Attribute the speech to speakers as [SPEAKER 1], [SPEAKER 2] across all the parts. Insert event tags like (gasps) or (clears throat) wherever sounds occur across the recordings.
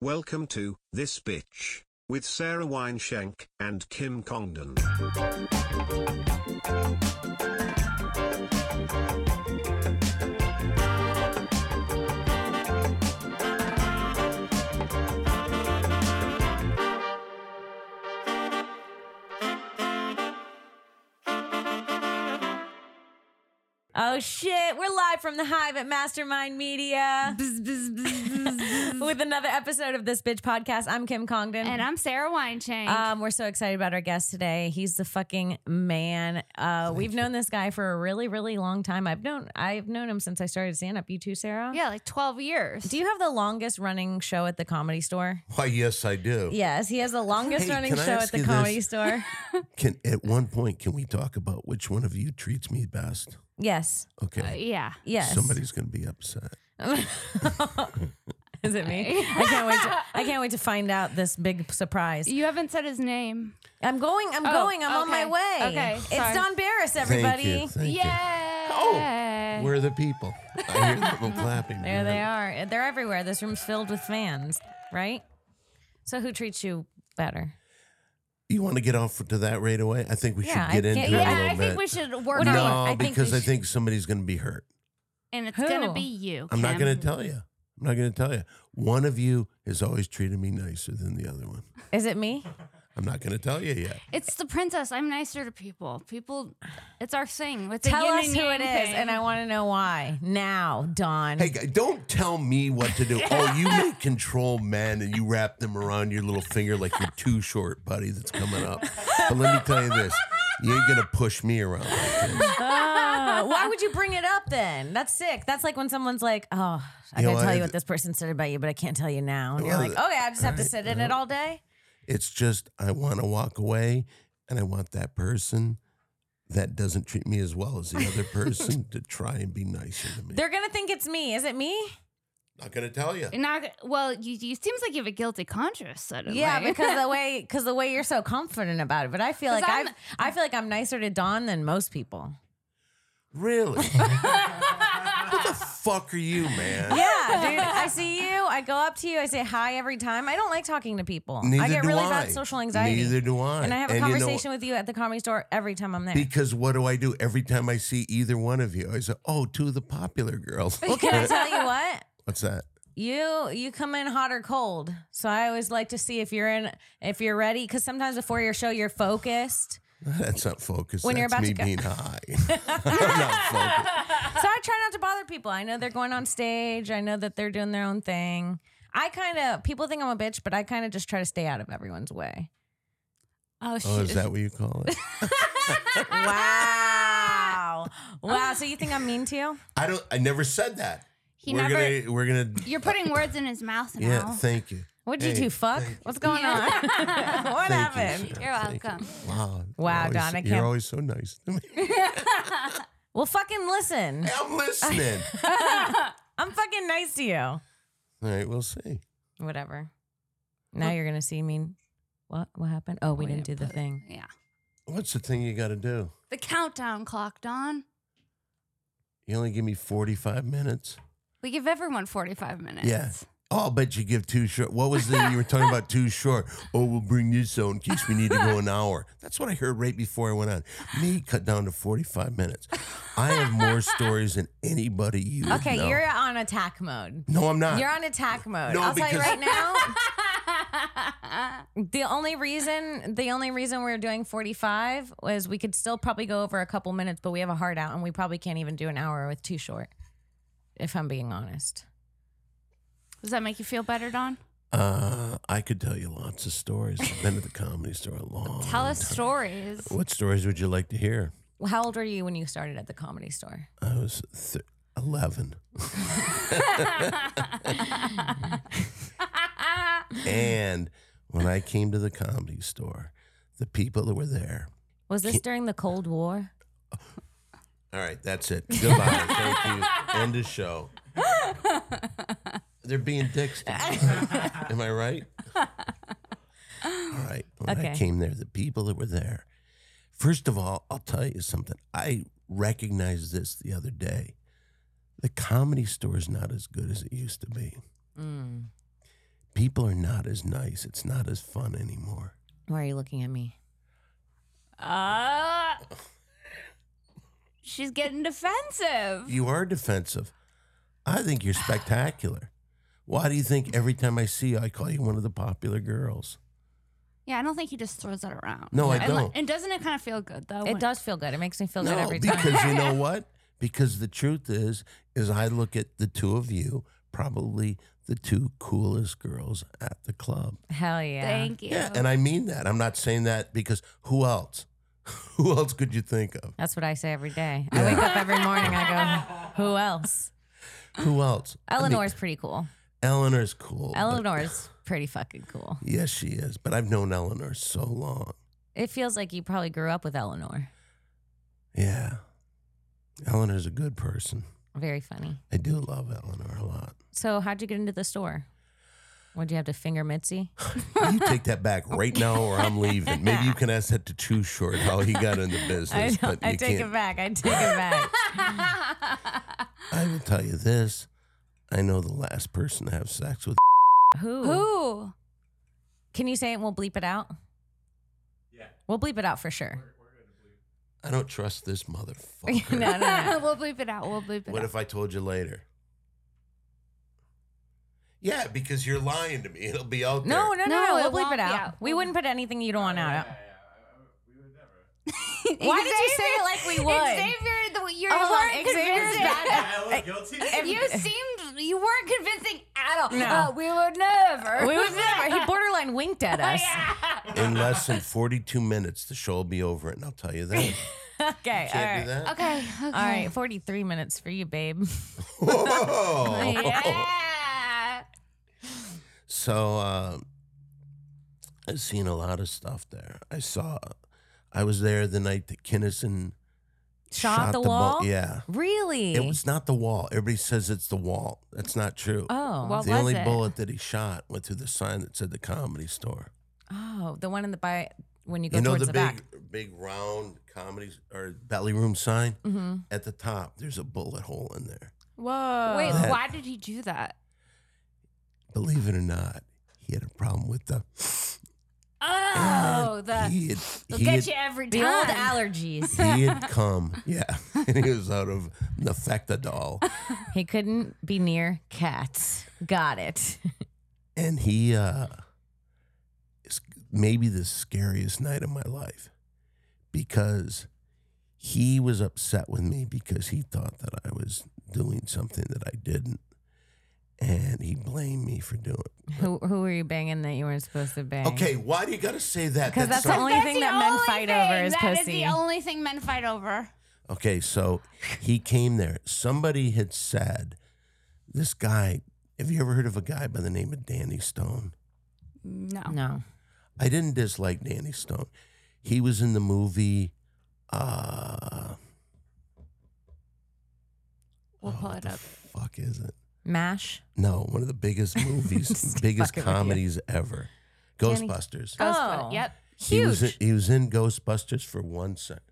[SPEAKER 1] Welcome to This Bitch with Sarah Wineshank and Kim Congdon.
[SPEAKER 2] Oh shit, we're live from the Hive at Mastermind (laughs) Media with another episode of this bitch podcast. I'm Kim Congdon.
[SPEAKER 3] (laughs) And I'm Sarah Winechain.
[SPEAKER 2] um, we're so excited about our guest today. He's the fucking man. Uh, we've known this guy for a really, really long time. I've known I've known him since I started stand up. You too, Sarah?
[SPEAKER 3] yeah, like 12 years.
[SPEAKER 2] Do you have the longest running show at the comedy store?
[SPEAKER 4] Why, yes, I do.
[SPEAKER 2] Yes, he has the longest
[SPEAKER 4] Hey,
[SPEAKER 2] running
[SPEAKER 4] can I
[SPEAKER 2] show at
[SPEAKER 4] ask
[SPEAKER 2] the
[SPEAKER 4] you
[SPEAKER 2] comedy
[SPEAKER 4] this?
[SPEAKER 2] store.
[SPEAKER 4] Can at one point can we talk about which one of you treats me best?
[SPEAKER 2] (laughs) yes.
[SPEAKER 3] Uh,
[SPEAKER 4] Okay.
[SPEAKER 3] yeah.
[SPEAKER 2] Yes.
[SPEAKER 4] Somebody's gonna be upset.
[SPEAKER 2] (laughs) Is it me? I can't wait to I can't wait to find out this big surprise.
[SPEAKER 3] You haven't said his name.
[SPEAKER 2] I'm going. I'm
[SPEAKER 3] Oh,
[SPEAKER 2] going. I'm on my
[SPEAKER 3] okay.
[SPEAKER 2] way.
[SPEAKER 3] Okay,
[SPEAKER 2] It's
[SPEAKER 3] sorry.
[SPEAKER 2] Don Barris,
[SPEAKER 4] Thank
[SPEAKER 2] everybody.
[SPEAKER 4] you. Thank
[SPEAKER 3] Yeah.
[SPEAKER 4] you. We're the people. I hear
[SPEAKER 2] (laughs)
[SPEAKER 4] people clapping.
[SPEAKER 2] There they are. They're everywhere. This room's filled with fans, right? So who treats you better?
[SPEAKER 4] You want to get off to that right away? I think we
[SPEAKER 2] Yeah, I
[SPEAKER 4] should get
[SPEAKER 2] think-
[SPEAKER 4] into it a
[SPEAKER 3] yeah,
[SPEAKER 4] little
[SPEAKER 3] I
[SPEAKER 4] bit.
[SPEAKER 3] think we should work
[SPEAKER 2] do you-
[SPEAKER 3] on it.
[SPEAKER 4] no,
[SPEAKER 2] I think we
[SPEAKER 4] because I
[SPEAKER 2] should-
[SPEAKER 4] think somebody's gonna be hurt.
[SPEAKER 3] And it's
[SPEAKER 2] Who?
[SPEAKER 3] going to be you.
[SPEAKER 4] I'm not
[SPEAKER 3] Kim.
[SPEAKER 4] gonna tell you. I'm not gonna tell you. One of you has always treated me nicer than the other one.
[SPEAKER 2] Is it me?
[SPEAKER 4] I'm not gonna tell you yet.
[SPEAKER 3] It's the princess. I'm nicer to people. People, it's our thing. It's a
[SPEAKER 2] Tell
[SPEAKER 3] yin
[SPEAKER 2] us
[SPEAKER 3] and
[SPEAKER 2] who
[SPEAKER 3] yang
[SPEAKER 2] it is,
[SPEAKER 3] thing.
[SPEAKER 2] and I want to know why now, Don.
[SPEAKER 4] Hey, guy, don't tell me what to do. Oh, you make control men and you wrap them around your little finger like you're too short, buddy, that's coming up. But let me tell you this you ain't going to push me around. Like this.
[SPEAKER 2] (laughs) Oh, why would you bring it up then? That's sick. That's like when someone's like, "Oh, I
[SPEAKER 4] You
[SPEAKER 2] gotta
[SPEAKER 4] know,
[SPEAKER 2] tell
[SPEAKER 4] I-
[SPEAKER 2] you what this person said about you, but I can't tell you now." And you're
[SPEAKER 4] Well, uh,
[SPEAKER 2] like, "Okay, I just have to
[SPEAKER 4] alright,
[SPEAKER 2] sit in it all day."
[SPEAKER 4] It's just, I want to walk away and I want that person that doesn't treat me as well as the other person to try and be nicer to me.
[SPEAKER 2] They're gonna think it's me. Is it me?
[SPEAKER 4] not going to tell you.
[SPEAKER 3] You're not, well, you, you seems like you have a guilty conscience suddenly.
[SPEAKER 2] Yeah, because
[SPEAKER 4] (laughs)
[SPEAKER 2] the way because the way you're so confident about it. But I feel
[SPEAKER 3] 'Cause
[SPEAKER 2] like
[SPEAKER 3] I'm-
[SPEAKER 2] I've I feel like I'm nicer to Dawn than most people.
[SPEAKER 4] Really? what the fuck are you,
[SPEAKER 2] Yeah,
[SPEAKER 4] man?
[SPEAKER 2] (laughs) dude. I see you. I go up to you. I say hi every time. I don't like talking to people.
[SPEAKER 4] Neither
[SPEAKER 2] I get
[SPEAKER 4] do
[SPEAKER 2] really
[SPEAKER 4] I.
[SPEAKER 2] bad social anxiety.
[SPEAKER 4] Neither do I.
[SPEAKER 2] And I have a
[SPEAKER 4] And you know-
[SPEAKER 2] conversation with you at the comedy store every time I'm there.
[SPEAKER 4] Because what do I do every time I see either one of you? I say, "Oh, two of the popular girls."
[SPEAKER 2] well, can I tell you what?
[SPEAKER 4] What's that? (laughs)
[SPEAKER 2] You you come in hot or cold. So I always like to see if you're in if you're ready because sometimes before your show you're focused.
[SPEAKER 4] That's not focus.
[SPEAKER 2] When
[SPEAKER 4] That's
[SPEAKER 2] you're about
[SPEAKER 4] me
[SPEAKER 2] to go-
[SPEAKER 4] being high. I'm not focused.
[SPEAKER 2] so I try not to bother people. I know they're going on stage. I know that they're doing their own thing. I kind of people think I'm a bitch, but I kind of just try to stay out of everyone's way.
[SPEAKER 3] (laughs) Oh, shit.
[SPEAKER 4] Oh, is that what you call it?
[SPEAKER 2] Wow, (laughs) wow. So you think I'm mean to you?
[SPEAKER 4] I don't. I never said that.
[SPEAKER 3] He
[SPEAKER 4] we're
[SPEAKER 3] never,
[SPEAKER 4] gonna. We're gonna.
[SPEAKER 3] you're putting words in his mouth now.
[SPEAKER 4] yeah. Thank you.
[SPEAKER 2] What'd you
[SPEAKER 4] Hey,
[SPEAKER 2] do? Fuck. (laughs)
[SPEAKER 4] thank
[SPEAKER 2] What's going on?
[SPEAKER 3] Yeah.
[SPEAKER 2] what
[SPEAKER 4] Thank
[SPEAKER 2] happened?
[SPEAKER 4] You, sir.
[SPEAKER 3] You're
[SPEAKER 4] Thank you.
[SPEAKER 3] welcome.
[SPEAKER 4] Wow.
[SPEAKER 2] Wow,
[SPEAKER 4] You're always-
[SPEAKER 2] Donna Kim.
[SPEAKER 4] You're always so nice to me. (laughs)
[SPEAKER 2] Well, fucking listen.
[SPEAKER 4] I'm listening. All
[SPEAKER 2] (laughs) I'm fucking nice to you.
[SPEAKER 4] right. We'll see.
[SPEAKER 2] Whatever. Now you're gonna see me. What? What happened? Oh, we didn't do the
[SPEAKER 4] (laughs)
[SPEAKER 2] thing.
[SPEAKER 3] (laughs) Yeah.
[SPEAKER 4] What's the thing you got to do?
[SPEAKER 3] The countdown clock, Don.
[SPEAKER 4] You only give me 45 minutes.
[SPEAKER 3] We give everyone 45 minutes.
[SPEAKER 4] Yeah. Oh, I'll bet you give too short. What was the you were talking about too short? Oh, we'll bring this out in case we need to go an hour. That's what I heard right before I went on. Me cut down to forty five minutes. I have more stories than anybody you. would
[SPEAKER 2] Okay,
[SPEAKER 4] know.
[SPEAKER 2] you're on attack mode.
[SPEAKER 4] No, I'm not.
[SPEAKER 2] You're on attack mode.
[SPEAKER 4] No,
[SPEAKER 2] I'll tell you
[SPEAKER 4] because-
[SPEAKER 2] right
[SPEAKER 4] (laughs)
[SPEAKER 2] now. the only reason the only reason we are doing 45 was we could still probably go over a couple minutes, but we have a hard out and we probably can't even do an hour with too short. If I'm being honest.
[SPEAKER 3] (laughs) Does that make you feel better, Don?
[SPEAKER 4] uh, I could tell you lots of stories. I've been to the comedy store a long.
[SPEAKER 3] Tell us stories.
[SPEAKER 4] What stories would you like to hear?
[SPEAKER 2] How old were you when you started at the comedy store?
[SPEAKER 4] I was th- eleven. and when I came to the comedy store, the people that were there
[SPEAKER 2] Was this during the Cold War?
[SPEAKER 4] All right, that's it. Goodbye. Thank you. End of show. They're being dicks. to me. Am I right? All right. When
[SPEAKER 2] Okay.
[SPEAKER 4] I came there, the people that were there. First of all, I'll tell you something. I recognized this the other day. The comedy store is not as good as it used to be. people are not as nice. It's not as fun anymore.
[SPEAKER 2] Why are you looking at me?
[SPEAKER 3] Uh, she's getting defensive.
[SPEAKER 4] You are defensive. I think you're spectacular. Why do you think every time I see you, I call you one of the popular girls?
[SPEAKER 3] Yeah, I don't think he just throws that around.
[SPEAKER 4] No, I
[SPEAKER 3] And, li-
[SPEAKER 4] don't.
[SPEAKER 3] and doesn't it kind of feel good though?
[SPEAKER 2] It
[SPEAKER 3] when-
[SPEAKER 2] does feel good. It makes me feel good
[SPEAKER 4] no,
[SPEAKER 2] every time. (laughs)
[SPEAKER 4] because you know what? Because the truth is, is I look at the two of you, probably the two coolest girls at the club.
[SPEAKER 2] Hell yeah.
[SPEAKER 3] Thank you.
[SPEAKER 4] Yeah, and I mean that. I'm not saying that because who else? (laughs) Who else could you think of?
[SPEAKER 2] That's what I say every day. I wake up every morning. I
[SPEAKER 4] (laughs)
[SPEAKER 2] go, who else?
[SPEAKER 4] Who else? I mean,
[SPEAKER 2] Eleanor's pretty cool.
[SPEAKER 4] Eleanor's cool. but-
[SPEAKER 2] Eleanor's pretty fucking cool.
[SPEAKER 4] Yes, she is. But I've known Eleanor so long.
[SPEAKER 2] It feels like you probably grew up with Eleanor.
[SPEAKER 4] Yeah. Eleanor's a good person.
[SPEAKER 2] Very funny.
[SPEAKER 4] I do love Eleanor a lot.
[SPEAKER 2] So, how'd you get into the store? Would you have to finger Mitzi?
[SPEAKER 4] You take
[SPEAKER 2] (laughs)
[SPEAKER 4] that back right now, or I'm leaving. Maybe you can ask that to Too Short how he got into business.
[SPEAKER 2] (laughs) I,
[SPEAKER 4] but
[SPEAKER 2] I
[SPEAKER 4] you
[SPEAKER 2] take
[SPEAKER 4] can't.
[SPEAKER 2] it back. I take it
[SPEAKER 4] (laughs)
[SPEAKER 2] back.
[SPEAKER 3] (laughs)
[SPEAKER 4] I will tell you this: I know the last person to have sex with.
[SPEAKER 2] Who?
[SPEAKER 3] Who?
[SPEAKER 2] Can you say it? and We'll bleep it out. Yeah. We'll bleep it out for sure.
[SPEAKER 4] I don't trust this motherfucker.
[SPEAKER 2] (laughs) no, no, no.
[SPEAKER 3] (laughs) we'll bleep it out. We'll bleep it
[SPEAKER 4] What
[SPEAKER 3] out.
[SPEAKER 4] if I told you later? Yeah, because you're lying to me. It'll be out there.
[SPEAKER 2] No, no, no,
[SPEAKER 3] No,
[SPEAKER 2] no.
[SPEAKER 3] it
[SPEAKER 2] We'll bleep
[SPEAKER 3] won't
[SPEAKER 2] it
[SPEAKER 3] be
[SPEAKER 2] out.
[SPEAKER 3] out.
[SPEAKER 2] We wouldn't put anything you don't want out.
[SPEAKER 3] (laughs) Xavier-
[SPEAKER 2] Why did you say it like we would?
[SPEAKER 3] Xavier, the, you
[SPEAKER 2] Oh,
[SPEAKER 3] weren't
[SPEAKER 2] Xavier's
[SPEAKER 3] convincing.
[SPEAKER 2] bad.
[SPEAKER 3] You seemed you weren't convincing at all.
[SPEAKER 2] No.
[SPEAKER 3] Uh, we would never.
[SPEAKER 2] We would
[SPEAKER 3] (laughs)
[SPEAKER 2] never. He borderline winked
[SPEAKER 3] Oh,
[SPEAKER 2] at us.
[SPEAKER 4] In less than 42 minutes, the show will be over, and I'll tell
[SPEAKER 2] (laughs)
[SPEAKER 4] you that.
[SPEAKER 2] (laughs) Okay. (laughs) all
[SPEAKER 4] Can't
[SPEAKER 2] right.
[SPEAKER 4] do that.
[SPEAKER 3] Okay. Okay.
[SPEAKER 2] All right, 43 minutes for you, babe. (laughs) oh.
[SPEAKER 4] Whoa.
[SPEAKER 3] Yeah.
[SPEAKER 4] So uh, I've seen a lot of stuff there. I saw, I was there the night that Kinnison
[SPEAKER 2] Shot the
[SPEAKER 4] bu-
[SPEAKER 2] wall?
[SPEAKER 4] yeah,
[SPEAKER 2] Really?
[SPEAKER 4] it was not the wall. Everybody says it's the wall. That's not true.
[SPEAKER 2] Oh.
[SPEAKER 3] Well- what
[SPEAKER 4] the
[SPEAKER 3] was
[SPEAKER 4] only
[SPEAKER 3] it?
[SPEAKER 4] bullet that he shot went through the sign that said the comedy store.
[SPEAKER 2] oh, the one in the by when you go
[SPEAKER 4] You know
[SPEAKER 2] towards the,
[SPEAKER 4] the, big,
[SPEAKER 2] back.
[SPEAKER 4] big round comedy or belly room sign
[SPEAKER 2] Mm-hmm.
[SPEAKER 4] at the top. There's a bullet hole in there.
[SPEAKER 2] Whoa.
[SPEAKER 3] Wait,
[SPEAKER 4] That-
[SPEAKER 3] why did he do that?
[SPEAKER 4] Believe it or not, he had a problem with the.
[SPEAKER 3] Oh, the
[SPEAKER 4] he had,
[SPEAKER 3] they'll
[SPEAKER 4] he
[SPEAKER 3] get
[SPEAKER 4] had-
[SPEAKER 3] you every
[SPEAKER 2] the
[SPEAKER 3] time.
[SPEAKER 2] old allergies.
[SPEAKER 4] he
[SPEAKER 2] (laughs)
[SPEAKER 4] had come. Yeah, (laughs) he was out of Nefectadol,
[SPEAKER 2] he couldn't be near cats. Got it. (laughs)
[SPEAKER 4] and he uh, is maybe the scariest night of my life because he was upset with me because he thought that I was doing something that I didn't, and he blamed me for doing. it.
[SPEAKER 2] Who who were you banging that you weren't supposed to bang?
[SPEAKER 4] Okay, why do you got to say that?
[SPEAKER 2] Because that's the
[SPEAKER 4] so-
[SPEAKER 2] only
[SPEAKER 3] That's
[SPEAKER 2] thing
[SPEAKER 3] the
[SPEAKER 2] that men
[SPEAKER 3] only
[SPEAKER 2] fight
[SPEAKER 3] thing.
[SPEAKER 2] over is
[SPEAKER 3] That
[SPEAKER 2] pussy.
[SPEAKER 3] the only thing men fight over.
[SPEAKER 4] Okay, so he came there. Somebody had said, "This guy." Have you ever heard of a guy by the name of Danny Stone?
[SPEAKER 3] No.
[SPEAKER 2] no.
[SPEAKER 4] I didn't dislike Danny Stone. He was in the movie. Uh,
[SPEAKER 3] We'll
[SPEAKER 4] oh,
[SPEAKER 3] pull
[SPEAKER 4] what
[SPEAKER 3] it
[SPEAKER 4] the
[SPEAKER 3] up.
[SPEAKER 4] Fuck is it?
[SPEAKER 2] Mash.
[SPEAKER 4] No, one of
[SPEAKER 2] (laughs)
[SPEAKER 4] the biggest movies,
[SPEAKER 2] Just
[SPEAKER 4] biggest
[SPEAKER 2] fucking with you.
[SPEAKER 4] comedies ever.
[SPEAKER 2] Danny-
[SPEAKER 4] Ghostbusters.
[SPEAKER 2] Oh.
[SPEAKER 3] Ghostbusters. Yep.
[SPEAKER 4] He was,
[SPEAKER 2] Huge.
[SPEAKER 4] in, he was in Ghostbusters for one second.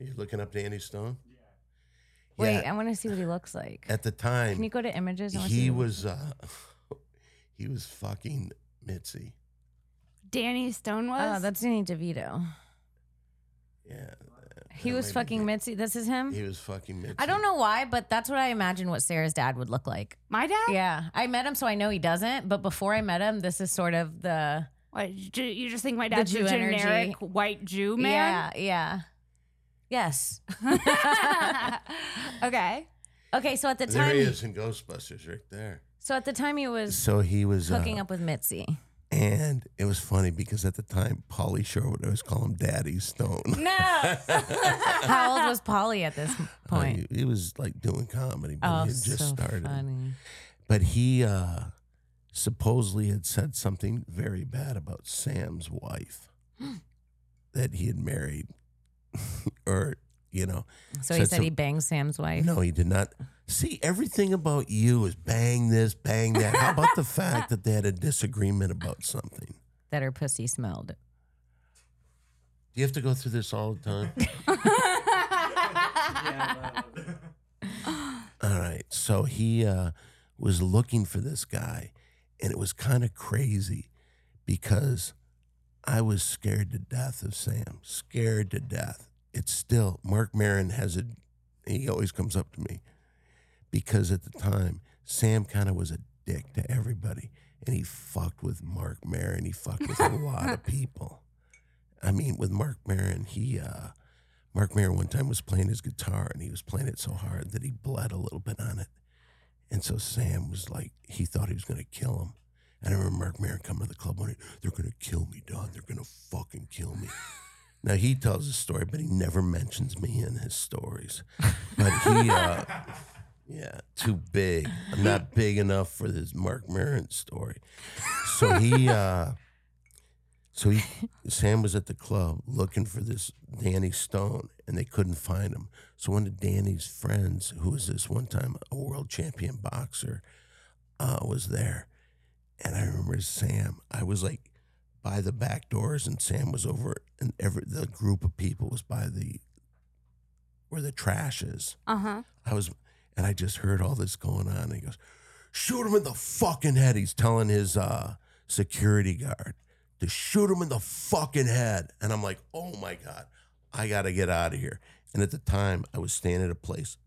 [SPEAKER 4] Are you looking up Danny Stone?
[SPEAKER 2] Wait,
[SPEAKER 4] Yeah,
[SPEAKER 2] I want to see what he looks like.
[SPEAKER 4] at the time.
[SPEAKER 2] Can you go to images? I wanna see
[SPEAKER 4] he
[SPEAKER 2] what-
[SPEAKER 4] was uh (laughs) he was fucking Mitzi.
[SPEAKER 3] Danny Stone was.
[SPEAKER 2] Oh, that's Danny DeVito.
[SPEAKER 4] Yeah.
[SPEAKER 2] He
[SPEAKER 4] that
[SPEAKER 2] was
[SPEAKER 4] might be
[SPEAKER 2] fucking Mitzi. This is him.
[SPEAKER 4] it. He was fucking Mitzi.
[SPEAKER 2] I don't know why, but that's what I imagine what Sarah's dad would look like.
[SPEAKER 3] my dad.
[SPEAKER 2] Yeah, I met him, so I know he doesn't. But before I met him, this is sort of the
[SPEAKER 3] What, you you just think my dad's
[SPEAKER 2] Jew
[SPEAKER 3] a generic
[SPEAKER 2] energy.
[SPEAKER 3] white Jew man?
[SPEAKER 2] Yeah, yeah,
[SPEAKER 3] (laughs)
[SPEAKER 2] yes. (laughs)
[SPEAKER 3] okay.
[SPEAKER 2] okay, so at the
[SPEAKER 4] There
[SPEAKER 2] time,
[SPEAKER 4] he is in Ghostbusters right there.
[SPEAKER 2] so at the time he was
[SPEAKER 4] So he was
[SPEAKER 2] hooking
[SPEAKER 4] uh,
[SPEAKER 2] up with Mitzi.
[SPEAKER 4] and it was funny because at the time Polly Shore would always call him Daddy Stone.
[SPEAKER 2] No. (laughs) How old was Polly at
[SPEAKER 4] (laughs)
[SPEAKER 2] this point?
[SPEAKER 4] He, he was (laughs) like doing comedy, but
[SPEAKER 2] oh,
[SPEAKER 4] he had just
[SPEAKER 2] so
[SPEAKER 4] started.
[SPEAKER 2] funny.
[SPEAKER 4] But he uh supposedly had said something very bad about
[SPEAKER 2] (gasps)
[SPEAKER 4] Sam's wife that he had married (laughs) or you know
[SPEAKER 2] So he
[SPEAKER 4] Said
[SPEAKER 2] said
[SPEAKER 4] some-
[SPEAKER 2] he banged Sam's wife.
[SPEAKER 4] No, he did not. See, everything about you is bang this, bang that. How about
[SPEAKER 2] (laughs)
[SPEAKER 4] the fact that they had a disagreement about something?
[SPEAKER 2] That her pussy smelled.
[SPEAKER 4] Do you have to go through this all the time? all right. So he uh, was looking for this guy, And it was kind of crazy because I was scared to death of Sam, scared to death. It's still, Mark Marin has a, he always comes up to me because at the time, Sam kind of was a dick to everybody. And he fucked with Mark Marin. He fucked with a lot of people. I mean, with Mark Marin, he, uh, Mark Marin one time was playing his guitar and he was playing it so hard that he bled a little bit on it. And so Sam was like, he thought he was going to kill him. And I remember Mark Maron coming to the club one night, they're going to kill me, Don. They're going to fucking kill me. now, he tells his story, but he never mentions me in his stories. But he, uh, yeah, too big. I'm not big enough for this Mark Maron story. So he, uh, so he, Sam was at the club looking for this Danny Stone, and they couldn't find him. So one of Danny's friends, who was this one time a world champion boxer, uh, was there. And I remember Sam. I was like by the back doors, and Sam was over, and every the group of people was by the where the trash is.
[SPEAKER 3] Uh
[SPEAKER 2] uh-huh.
[SPEAKER 3] huh.
[SPEAKER 4] I was, and I just heard all this going on. And he goes, "Shoot him in the fucking head." He's telling his uh, security guard to shoot him in the fucking head. And I'm like, "Oh my god, I gotta get out of here." And at the time, I was staying at a place,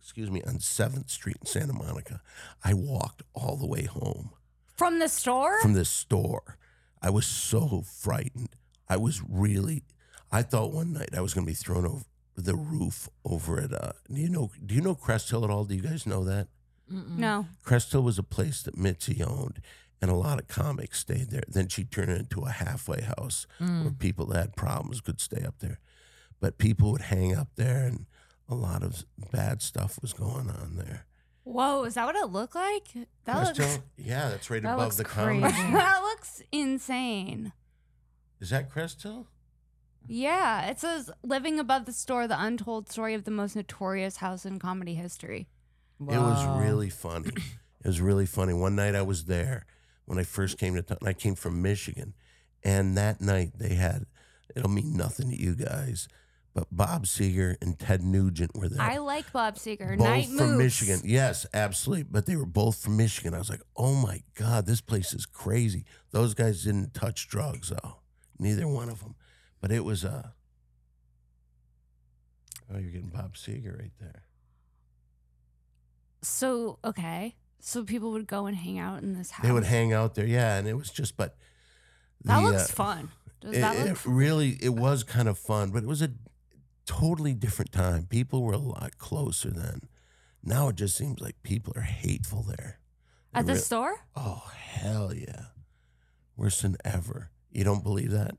[SPEAKER 4] excuse me, on Seventh Street in Santa Monica. I walked all the way home
[SPEAKER 3] From the store?
[SPEAKER 4] from this store. I was so frightened. I was really. I thought one night I was going to be thrown over the roof over at. Uh, do you know? Do you know Crest Hill at all? Do you guys know that
[SPEAKER 3] no.
[SPEAKER 4] Crest Hill was a place that Mitzi owned, and a lot of comics stayed there. Then she turned it into a halfway house
[SPEAKER 2] Mm.
[SPEAKER 4] where people that had problems could stay up there, but people would hang up there, and a lot of bad stuff was going on there.
[SPEAKER 3] Whoa, is that what it looked like? That
[SPEAKER 4] Crest
[SPEAKER 3] looks
[SPEAKER 4] Hill- yeah, that's right
[SPEAKER 2] that
[SPEAKER 4] above
[SPEAKER 2] looks
[SPEAKER 4] the comedy.
[SPEAKER 2] crazy.
[SPEAKER 3] (laughs) that looks insane.
[SPEAKER 4] Is that Crest Hill?
[SPEAKER 3] Yeah, it says living above the store, the untold story of the most notorious house in comedy history.
[SPEAKER 4] It was really funny. It was really funny. One night I was there when I first came to town. I came from Michigan, and that night they had. It'll mean nothing to you guys, but Bob Seger and Ted Nugent were there.
[SPEAKER 3] I like Bob Seger.
[SPEAKER 4] both
[SPEAKER 3] Night
[SPEAKER 4] from
[SPEAKER 3] moves.
[SPEAKER 4] Michigan. Yes, absolutely. But they were both from Michigan. I was like, oh my god, this place is crazy. Those guys didn't touch drugs though. Neither one of them. But it was Uh, oh, you're getting Bob Seger right there.
[SPEAKER 3] So okay, so people would go and hang out in this house.
[SPEAKER 4] They would hang out there, yeah, and it was just but
[SPEAKER 3] That
[SPEAKER 4] the,
[SPEAKER 3] looks
[SPEAKER 4] uh,
[SPEAKER 3] fun. Does
[SPEAKER 4] it,
[SPEAKER 3] that
[SPEAKER 4] it
[SPEAKER 3] look? f-
[SPEAKER 4] really it was kind of fun, but it was a totally different time. People were a lot closer then. Now it just seems like people are hateful there. They
[SPEAKER 3] At the
[SPEAKER 4] rea-
[SPEAKER 3] store?
[SPEAKER 4] oh hell yeah, worse than ever. You don't believe that?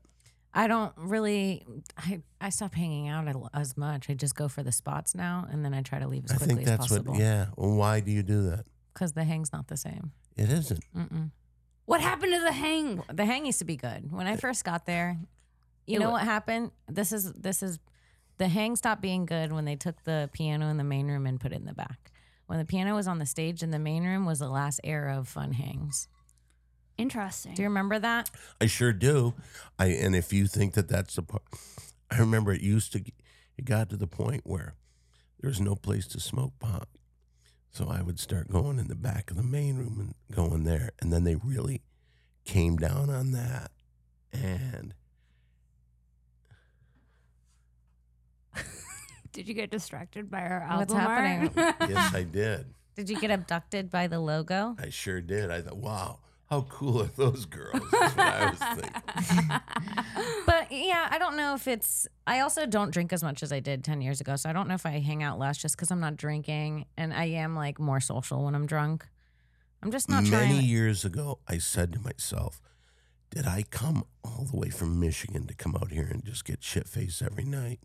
[SPEAKER 2] I don't really. I I stop hanging out a- as much. I just go for the spots now, and then I try to leave as
[SPEAKER 4] I
[SPEAKER 2] quickly
[SPEAKER 4] think that's
[SPEAKER 2] as possible.
[SPEAKER 4] what. Yeah. Well, why do you do that?
[SPEAKER 2] Because the hang's not the same.
[SPEAKER 4] It isn't.
[SPEAKER 2] Mm-mm.
[SPEAKER 3] What happened to the hang?
[SPEAKER 2] The hang used to be good when I first got there. You
[SPEAKER 3] It
[SPEAKER 2] know
[SPEAKER 3] wa-
[SPEAKER 2] what happened? This is this is the hang stopped being good when they took the piano in the main room and put it in the back. When the piano was on the stage in the main room was the last era of fun hangs.
[SPEAKER 3] Interesting.
[SPEAKER 2] Do you remember that?
[SPEAKER 4] I sure do. I and if you think that that's the part, I remember it used to. It got to the point where there was no place to smoke pot, so I would start going in the back of the main room and going there, and then they really came down on that, and
[SPEAKER 3] Did you get distracted by our album
[SPEAKER 2] What's
[SPEAKER 3] (laughs) art?
[SPEAKER 4] yes, I did.
[SPEAKER 2] Did you get abducted by the
[SPEAKER 4] (gasps)
[SPEAKER 2] logo?
[SPEAKER 4] I sure did. I thought, wow, how cool are those girls? That's what I
[SPEAKER 3] (laughs)
[SPEAKER 4] was thinking.
[SPEAKER 2] But yeah, I don't know if it's. I also don't drink as much as I did 10 years ago. So I don't know if I hang out less just because I'm not drinking. And I am like more social when I'm drunk. I'm just not
[SPEAKER 4] Many
[SPEAKER 2] trying.
[SPEAKER 4] years ago, I said to myself, did I come all the way from Michigan to come out here and just get shit faced
[SPEAKER 2] (laughs)
[SPEAKER 4] every night?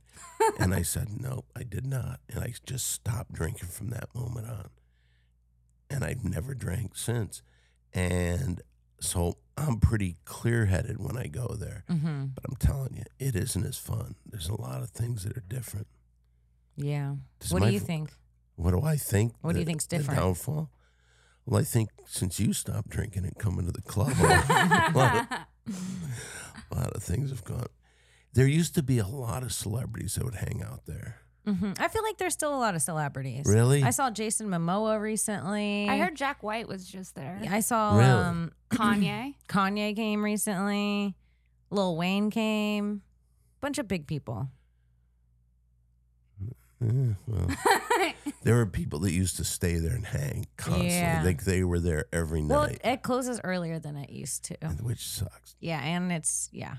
[SPEAKER 4] and I said, no, I did not. And I just stopped drinking from that moment on. And I've never drank since. And so I'm pretty clear headed when I go there.
[SPEAKER 2] mm-hmm.
[SPEAKER 4] But I'm telling you, it isn't as fun. There's a lot of things that are different.
[SPEAKER 2] Yeah.
[SPEAKER 4] Does
[SPEAKER 2] what do
[SPEAKER 4] my
[SPEAKER 2] you
[SPEAKER 4] vo-
[SPEAKER 2] think?
[SPEAKER 4] What do I think?
[SPEAKER 2] What do you
[SPEAKER 4] the-
[SPEAKER 2] think's
[SPEAKER 4] the
[SPEAKER 2] different?
[SPEAKER 4] downfall. Well, I think since you stopped drinking and coming to the club, (laughs) a lot, of, a lot of things have gone. There used to be a lot of celebrities that would hang out there.
[SPEAKER 2] Mhm. I feel like there's still a lot of celebrities.
[SPEAKER 4] Really?
[SPEAKER 2] I saw Jason Momoa recently.
[SPEAKER 3] I heard Jack White was just there.
[SPEAKER 2] I saw
[SPEAKER 4] Really?
[SPEAKER 2] um,
[SPEAKER 3] (clears throat) Kanye.
[SPEAKER 2] Kanye came recently. Lil Wayne came. Bunch of big people.
[SPEAKER 4] Yeah,
[SPEAKER 2] (laughs)
[SPEAKER 4] well, there were people that used to stay there and hang constantly.
[SPEAKER 2] Yeah.
[SPEAKER 4] Like they were there every
[SPEAKER 2] Well,
[SPEAKER 4] night,
[SPEAKER 2] it, it closes earlier than it used to.
[SPEAKER 4] and- which sucks.
[SPEAKER 2] Yeah, and it's yeah,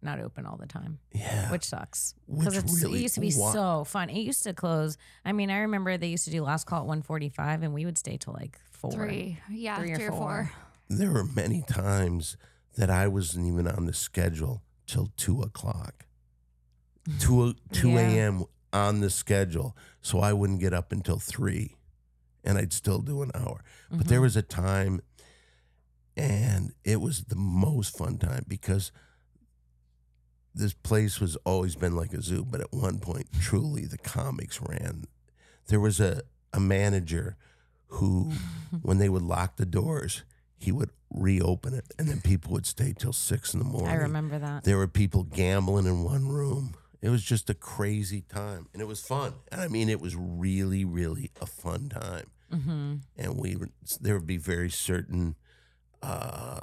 [SPEAKER 2] not open all the time,
[SPEAKER 4] Yeah.
[SPEAKER 2] which sucks.
[SPEAKER 4] Which
[SPEAKER 2] Because it
[SPEAKER 4] really-
[SPEAKER 2] used to be
[SPEAKER 4] why-
[SPEAKER 2] so fun. It used to close. I mean, I remember they used to do last call at one forty-five, and we would stay till like four.
[SPEAKER 3] Three. Yeah,
[SPEAKER 2] Three or four.
[SPEAKER 4] there were many times that I wasn't even on the schedule till two o'clock, two o- two
[SPEAKER 2] Yeah.
[SPEAKER 4] a.m. on the schedule, so I wouldn't get up until three, and I'd still do an hour. But
[SPEAKER 2] Mm-hmm.
[SPEAKER 4] there was a time, and it was the most fun time because this place was always been like a zoo. But at one point, truly, the comics ran. There was a a manager
[SPEAKER 2] (laughs)
[SPEAKER 4] who, when they would lock the doors, he would reopen it, and then people would stay till six in the morning.
[SPEAKER 2] I remember that.
[SPEAKER 4] There were people gambling in one room. It was just a crazy time, and it was fun. And I mean, it was really, really a fun time
[SPEAKER 2] Mm-hmm.
[SPEAKER 4] and we would, there would be very certain uh,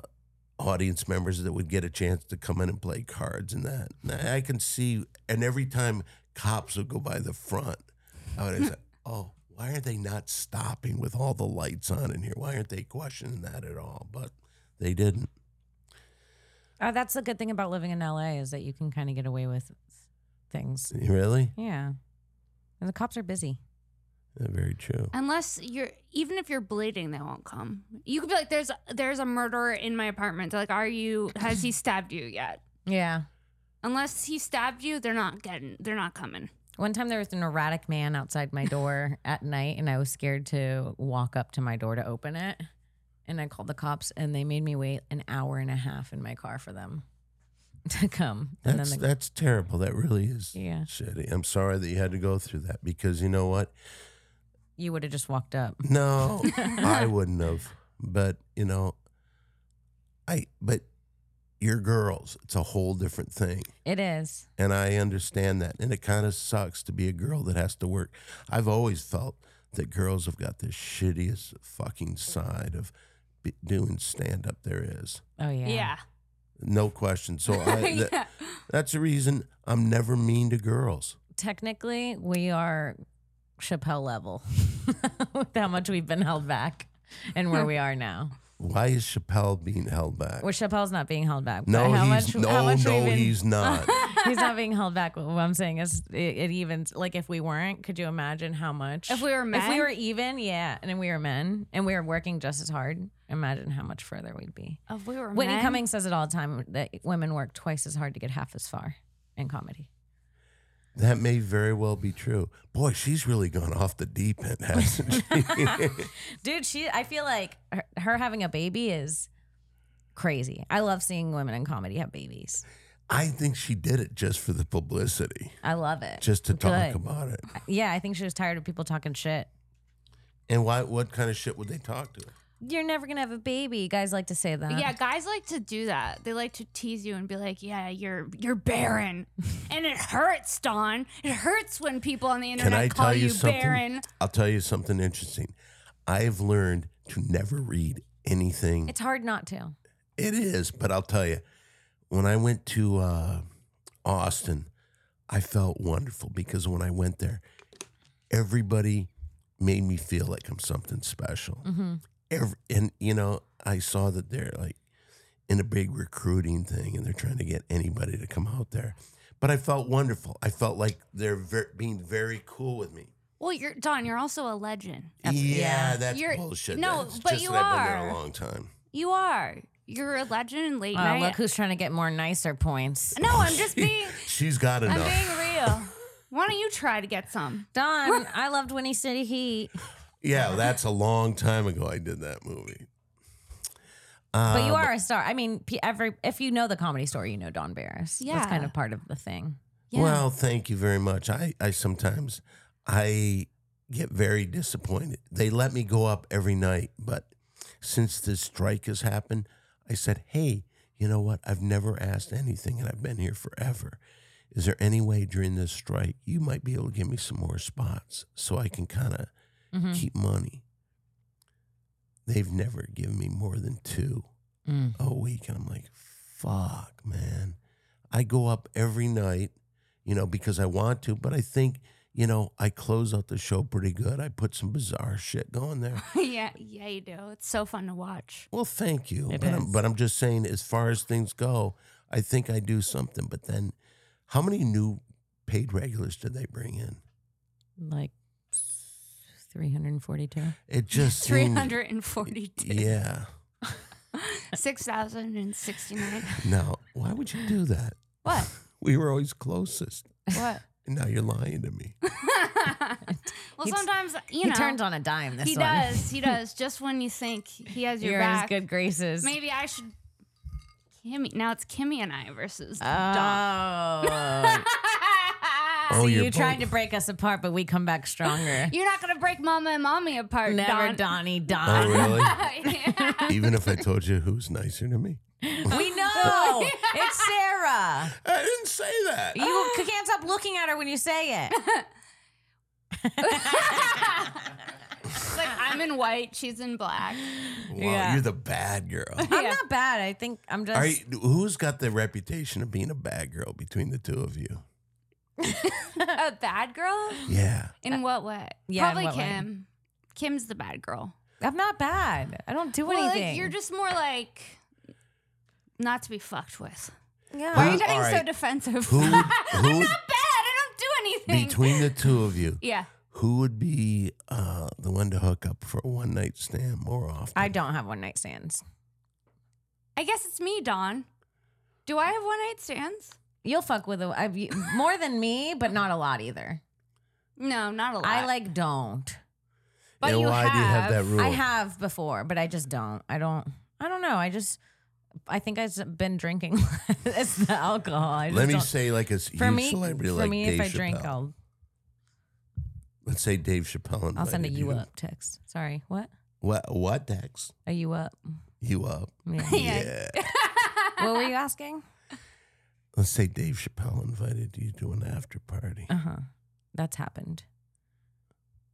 [SPEAKER 4] audience members that would get a chance to come in and play cards and that. And I I can see, and every time cops would go by the front, I would (laughs) say, "Oh, why are they not stopping with all the lights on in here? Why aren't they questioning that at all?" But they didn't.
[SPEAKER 2] Oh, that's the good thing about living in LA is that you can kind of get away with things.
[SPEAKER 4] Really,
[SPEAKER 2] Yeah, and the cops are busy.
[SPEAKER 4] Yeah, very true.
[SPEAKER 3] Unless you're, even if you're bleeding, they won't come. You could be like, "There's, there's a murderer in my apartment." They're like, "Are you? Has he stabbed you yet?"
[SPEAKER 2] Yeah.
[SPEAKER 3] Unless he stabbed you, they're not getting, they're not coming.
[SPEAKER 2] One time there was an erratic man outside my (laughs) door at night, and I was scared to walk up to my door to open it. And I called the cops, and they made me wait an hour and a half in my car for them (laughs) to come. And
[SPEAKER 4] That's
[SPEAKER 2] then
[SPEAKER 4] that's terrible. That really is
[SPEAKER 2] the, yeah,
[SPEAKER 4] shitty. I'm sorry that you had to go through that because you know what.
[SPEAKER 2] you would have just walked up. (laughs)
[SPEAKER 4] No, I wouldn't have. But you know, I but you're girls. It's a whole different thing,
[SPEAKER 2] It is.
[SPEAKER 4] and I understand that. And it kind of sucks to be a girl that has to work. I've always felt that girls have got the shittiest fucking side of be- doing stand up there is.
[SPEAKER 2] Oh yeah.
[SPEAKER 3] Yeah.
[SPEAKER 4] No question. So
[SPEAKER 2] (laughs)
[SPEAKER 3] (laughs)
[SPEAKER 4] I,
[SPEAKER 3] Yeah.
[SPEAKER 4] that- that's the reason I'm never mean to girls.
[SPEAKER 2] Technically, we are Chappelle level (laughs) with how much we've been held back and where we are now.
[SPEAKER 4] Why is Chappelle being held back?
[SPEAKER 2] Well, Chappelle's not being held back. but
[SPEAKER 4] no,
[SPEAKER 2] how
[SPEAKER 4] he's
[SPEAKER 2] much, how
[SPEAKER 4] no,
[SPEAKER 2] much
[SPEAKER 4] no,
[SPEAKER 2] we've been-
[SPEAKER 4] he's not.
[SPEAKER 2] (laughs) He's not being held back. What I'm saying is, it, it evens. Like if we weren't, could you imagine how much?
[SPEAKER 3] If we were
[SPEAKER 2] if we
[SPEAKER 3] men?
[SPEAKER 2] were even, yeah, and we were men, and we were working just as hard. Imagine how much further we'd be.
[SPEAKER 3] If we were
[SPEAKER 2] Whitney
[SPEAKER 3] men-
[SPEAKER 2] Cummings says it all the time that women work twice as hard to get half as far in comedy.
[SPEAKER 4] That may very well be true. Boy, she's really gone off the deep end, hasn't she?
[SPEAKER 2] Dude, she. I feel like her, her having a baby is crazy. I love seeing women in comedy have babies.
[SPEAKER 4] I think she did it just for the publicity,
[SPEAKER 2] I love it.
[SPEAKER 4] just to talk
[SPEAKER 2] Good.
[SPEAKER 4] about it.
[SPEAKER 2] yeah, I think she was tired of people talking shit.
[SPEAKER 4] And why? What kind of shit would they talk to her?
[SPEAKER 2] You're never gonna have a baby. You guys like to say that.
[SPEAKER 3] Yeah, guys like to do that. They like to tease you and be like, "Yeah, you're
[SPEAKER 2] (laughs)
[SPEAKER 3] you're barren," and it hurts, Don. It hurts when people on the internet
[SPEAKER 4] Can I
[SPEAKER 3] call
[SPEAKER 4] tell you, something?
[SPEAKER 3] barren.
[SPEAKER 4] I'll tell you something interesting. I've learned to never read anything.
[SPEAKER 2] it's hard not to.
[SPEAKER 4] It is, but I'll tell you, when I went to uh, Austin, I felt wonderful because when I went there, everybody made me feel like I'm something special.
[SPEAKER 3] Mm-hmm.
[SPEAKER 4] Every, and you know, I saw that they're like in a big recruiting thing, and they're trying to get anybody to come out there. But I felt wonderful. I felt like they're ver- being very cool with me.
[SPEAKER 3] Well, you're Don. You're also a legend.
[SPEAKER 4] yeah,
[SPEAKER 2] yeah.
[SPEAKER 4] that's
[SPEAKER 3] You're-
[SPEAKER 4] bullshit.
[SPEAKER 3] no,
[SPEAKER 4] That's
[SPEAKER 3] but
[SPEAKER 4] just
[SPEAKER 3] you
[SPEAKER 4] that I've been there
[SPEAKER 3] are.
[SPEAKER 4] a long time.
[SPEAKER 3] You are. You're a legend in late
[SPEAKER 2] Uh,
[SPEAKER 3] night.
[SPEAKER 2] look who's trying to get more nicer points.
[SPEAKER 3] no, I'm
[SPEAKER 2] (laughs)
[SPEAKER 3] just being.
[SPEAKER 4] She's got enough.
[SPEAKER 3] I'm being real. Why don't you try to get some? (laughs)
[SPEAKER 2] Don, I loved Winnie City Heat, (laughs)
[SPEAKER 4] Yeah, that's a long time ago I did that movie. Uh,
[SPEAKER 2] but you are a star. I mean, pe- every if you know the comedy store, you know Don Barris. that's kind
[SPEAKER 3] Yeah.
[SPEAKER 2] of part of the thing.
[SPEAKER 3] Yeah.
[SPEAKER 4] Well, thank you very much. I, I sometimes I get very disappointed. They let me go up every night, but since this strike has happened, I said, "Hey, you know what? I've never asked anything and I've been here forever." Is there any way during this strike you might be able to give me some more spots so I can kind of
[SPEAKER 2] Mhm.
[SPEAKER 4] keep money? They've never given me more than two
[SPEAKER 2] Mm.
[SPEAKER 4] a week. And I'm like, fuck, man. I go up every night, you know, because I want to, but I think, you know, I close out the show pretty good. I put some bizarre shit going there.
[SPEAKER 3] yeah, yeah, you do. It's so fun to watch.
[SPEAKER 4] Well, thank you.
[SPEAKER 2] It
[SPEAKER 4] but, I'm,
[SPEAKER 2] is.
[SPEAKER 4] but I'm just saying, as far as things go, I think I do something. But then, how many new paid regulars did they bring in?
[SPEAKER 2] Like 342.
[SPEAKER 4] It
[SPEAKER 2] Hmm. (laughs)
[SPEAKER 4] just seemed-
[SPEAKER 3] 342.
[SPEAKER 4] Yeah.
[SPEAKER 3] 6,069.
[SPEAKER 4] Now, why would you do that?
[SPEAKER 3] What?
[SPEAKER 4] We were always closest.
[SPEAKER 2] (laughs)
[SPEAKER 3] What?
[SPEAKER 4] And now you're lying to me.
[SPEAKER 3] (laughs) well,
[SPEAKER 2] He's-
[SPEAKER 3] sometimes, you
[SPEAKER 2] he
[SPEAKER 3] know.
[SPEAKER 2] turns on a dime this
[SPEAKER 3] he
[SPEAKER 2] one. (laughs)
[SPEAKER 3] does. He does. Just when you think he has your
[SPEAKER 2] You're in his
[SPEAKER 3] back.
[SPEAKER 2] good graces.
[SPEAKER 3] Maybe I should. Kimmy. Now it's Kimmy and I versus
[SPEAKER 2] Uh,
[SPEAKER 3] Dom.
[SPEAKER 4] (laughs)
[SPEAKER 2] Oh.
[SPEAKER 3] (laughs)
[SPEAKER 4] Oh,
[SPEAKER 2] you
[SPEAKER 4] you're
[SPEAKER 2] tried
[SPEAKER 4] both-
[SPEAKER 2] to break us apart, but we come back stronger.
[SPEAKER 3] You're not going to break Mama and Mommy apart,
[SPEAKER 2] Never
[SPEAKER 3] Don.
[SPEAKER 2] Donnie (laughs)
[SPEAKER 4] Oh,
[SPEAKER 2] Don.
[SPEAKER 4] really?
[SPEAKER 3] Yeah.
[SPEAKER 4] Even if I told you who's nicer to me?
[SPEAKER 2] we
[SPEAKER 3] (laughs) Oh,
[SPEAKER 2] know. It's Sarah.
[SPEAKER 4] I didn't say that.
[SPEAKER 2] You
[SPEAKER 3] Ah.
[SPEAKER 2] c- can't stop looking at her when you say
[SPEAKER 3] (laughs)
[SPEAKER 2] it.
[SPEAKER 3] It's (laughs) like I'm in white, she's in black.
[SPEAKER 4] Wow,
[SPEAKER 2] Yeah.
[SPEAKER 4] you're the bad
[SPEAKER 2] (laughs)
[SPEAKER 4] girl.
[SPEAKER 2] I'm not bad. I think I'm just.
[SPEAKER 4] Are you, who's got the reputation of being a bad girl between the two of you?
[SPEAKER 3] A bad girl?
[SPEAKER 4] Yeah.
[SPEAKER 3] In what way?
[SPEAKER 2] Uh, yeah, in
[SPEAKER 3] Probably
[SPEAKER 2] what way?
[SPEAKER 3] Kim. Kim's the bad girl.
[SPEAKER 2] I'm not bad. I don't do
[SPEAKER 3] Well, like,
[SPEAKER 2] anything.
[SPEAKER 3] you're just more like not to be fucked with.
[SPEAKER 2] Yeah.
[SPEAKER 3] Why are
[SPEAKER 4] Who-
[SPEAKER 3] you getting
[SPEAKER 4] all
[SPEAKER 3] so
[SPEAKER 4] right.
[SPEAKER 3] defensive?
[SPEAKER 4] Who,
[SPEAKER 2] (laughs)
[SPEAKER 3] I'm not
[SPEAKER 4] who
[SPEAKER 3] bad. I don't do anything.
[SPEAKER 4] between the two of you,
[SPEAKER 3] yeah.
[SPEAKER 4] who would be uh, the one to hook up for a one night stand more often?
[SPEAKER 2] I don't have one night stands.
[SPEAKER 3] I guess it's me, Dawn. Do I have one night stands?
[SPEAKER 2] You'll fuck with a, I've, more than me, but not a lot either.
[SPEAKER 3] No, not a lot.
[SPEAKER 2] I like don't.
[SPEAKER 3] but
[SPEAKER 4] and
[SPEAKER 3] you
[SPEAKER 4] why do you have that
[SPEAKER 3] have-
[SPEAKER 4] rule?
[SPEAKER 2] I have before, but I just don't. I don't. I don't know. I just. I think I've been drinking. (laughs) it's the alcohol. I just
[SPEAKER 4] Let me
[SPEAKER 2] don't-
[SPEAKER 4] say, like a s-
[SPEAKER 2] For
[SPEAKER 4] huge
[SPEAKER 2] me,
[SPEAKER 4] celebrity
[SPEAKER 2] for
[SPEAKER 4] like
[SPEAKER 2] me,
[SPEAKER 4] Dave
[SPEAKER 2] if I drink,
[SPEAKER 4] Chappelle.
[SPEAKER 2] I'll
[SPEAKER 4] Let's say Dave Chappelle.
[SPEAKER 2] I'll send a
[SPEAKER 4] invited
[SPEAKER 2] you up text. Sorry, what?
[SPEAKER 4] What? What, Dex?
[SPEAKER 2] Are you
[SPEAKER 4] (laughs)
[SPEAKER 2] up?
[SPEAKER 4] You up?
[SPEAKER 2] (laughs) Yeah.
[SPEAKER 4] Yeah.
[SPEAKER 2] what (laughs) were you asking?
[SPEAKER 4] Let's say Dave Chappelle invited you to an after party.
[SPEAKER 2] Uh huh. That's happened.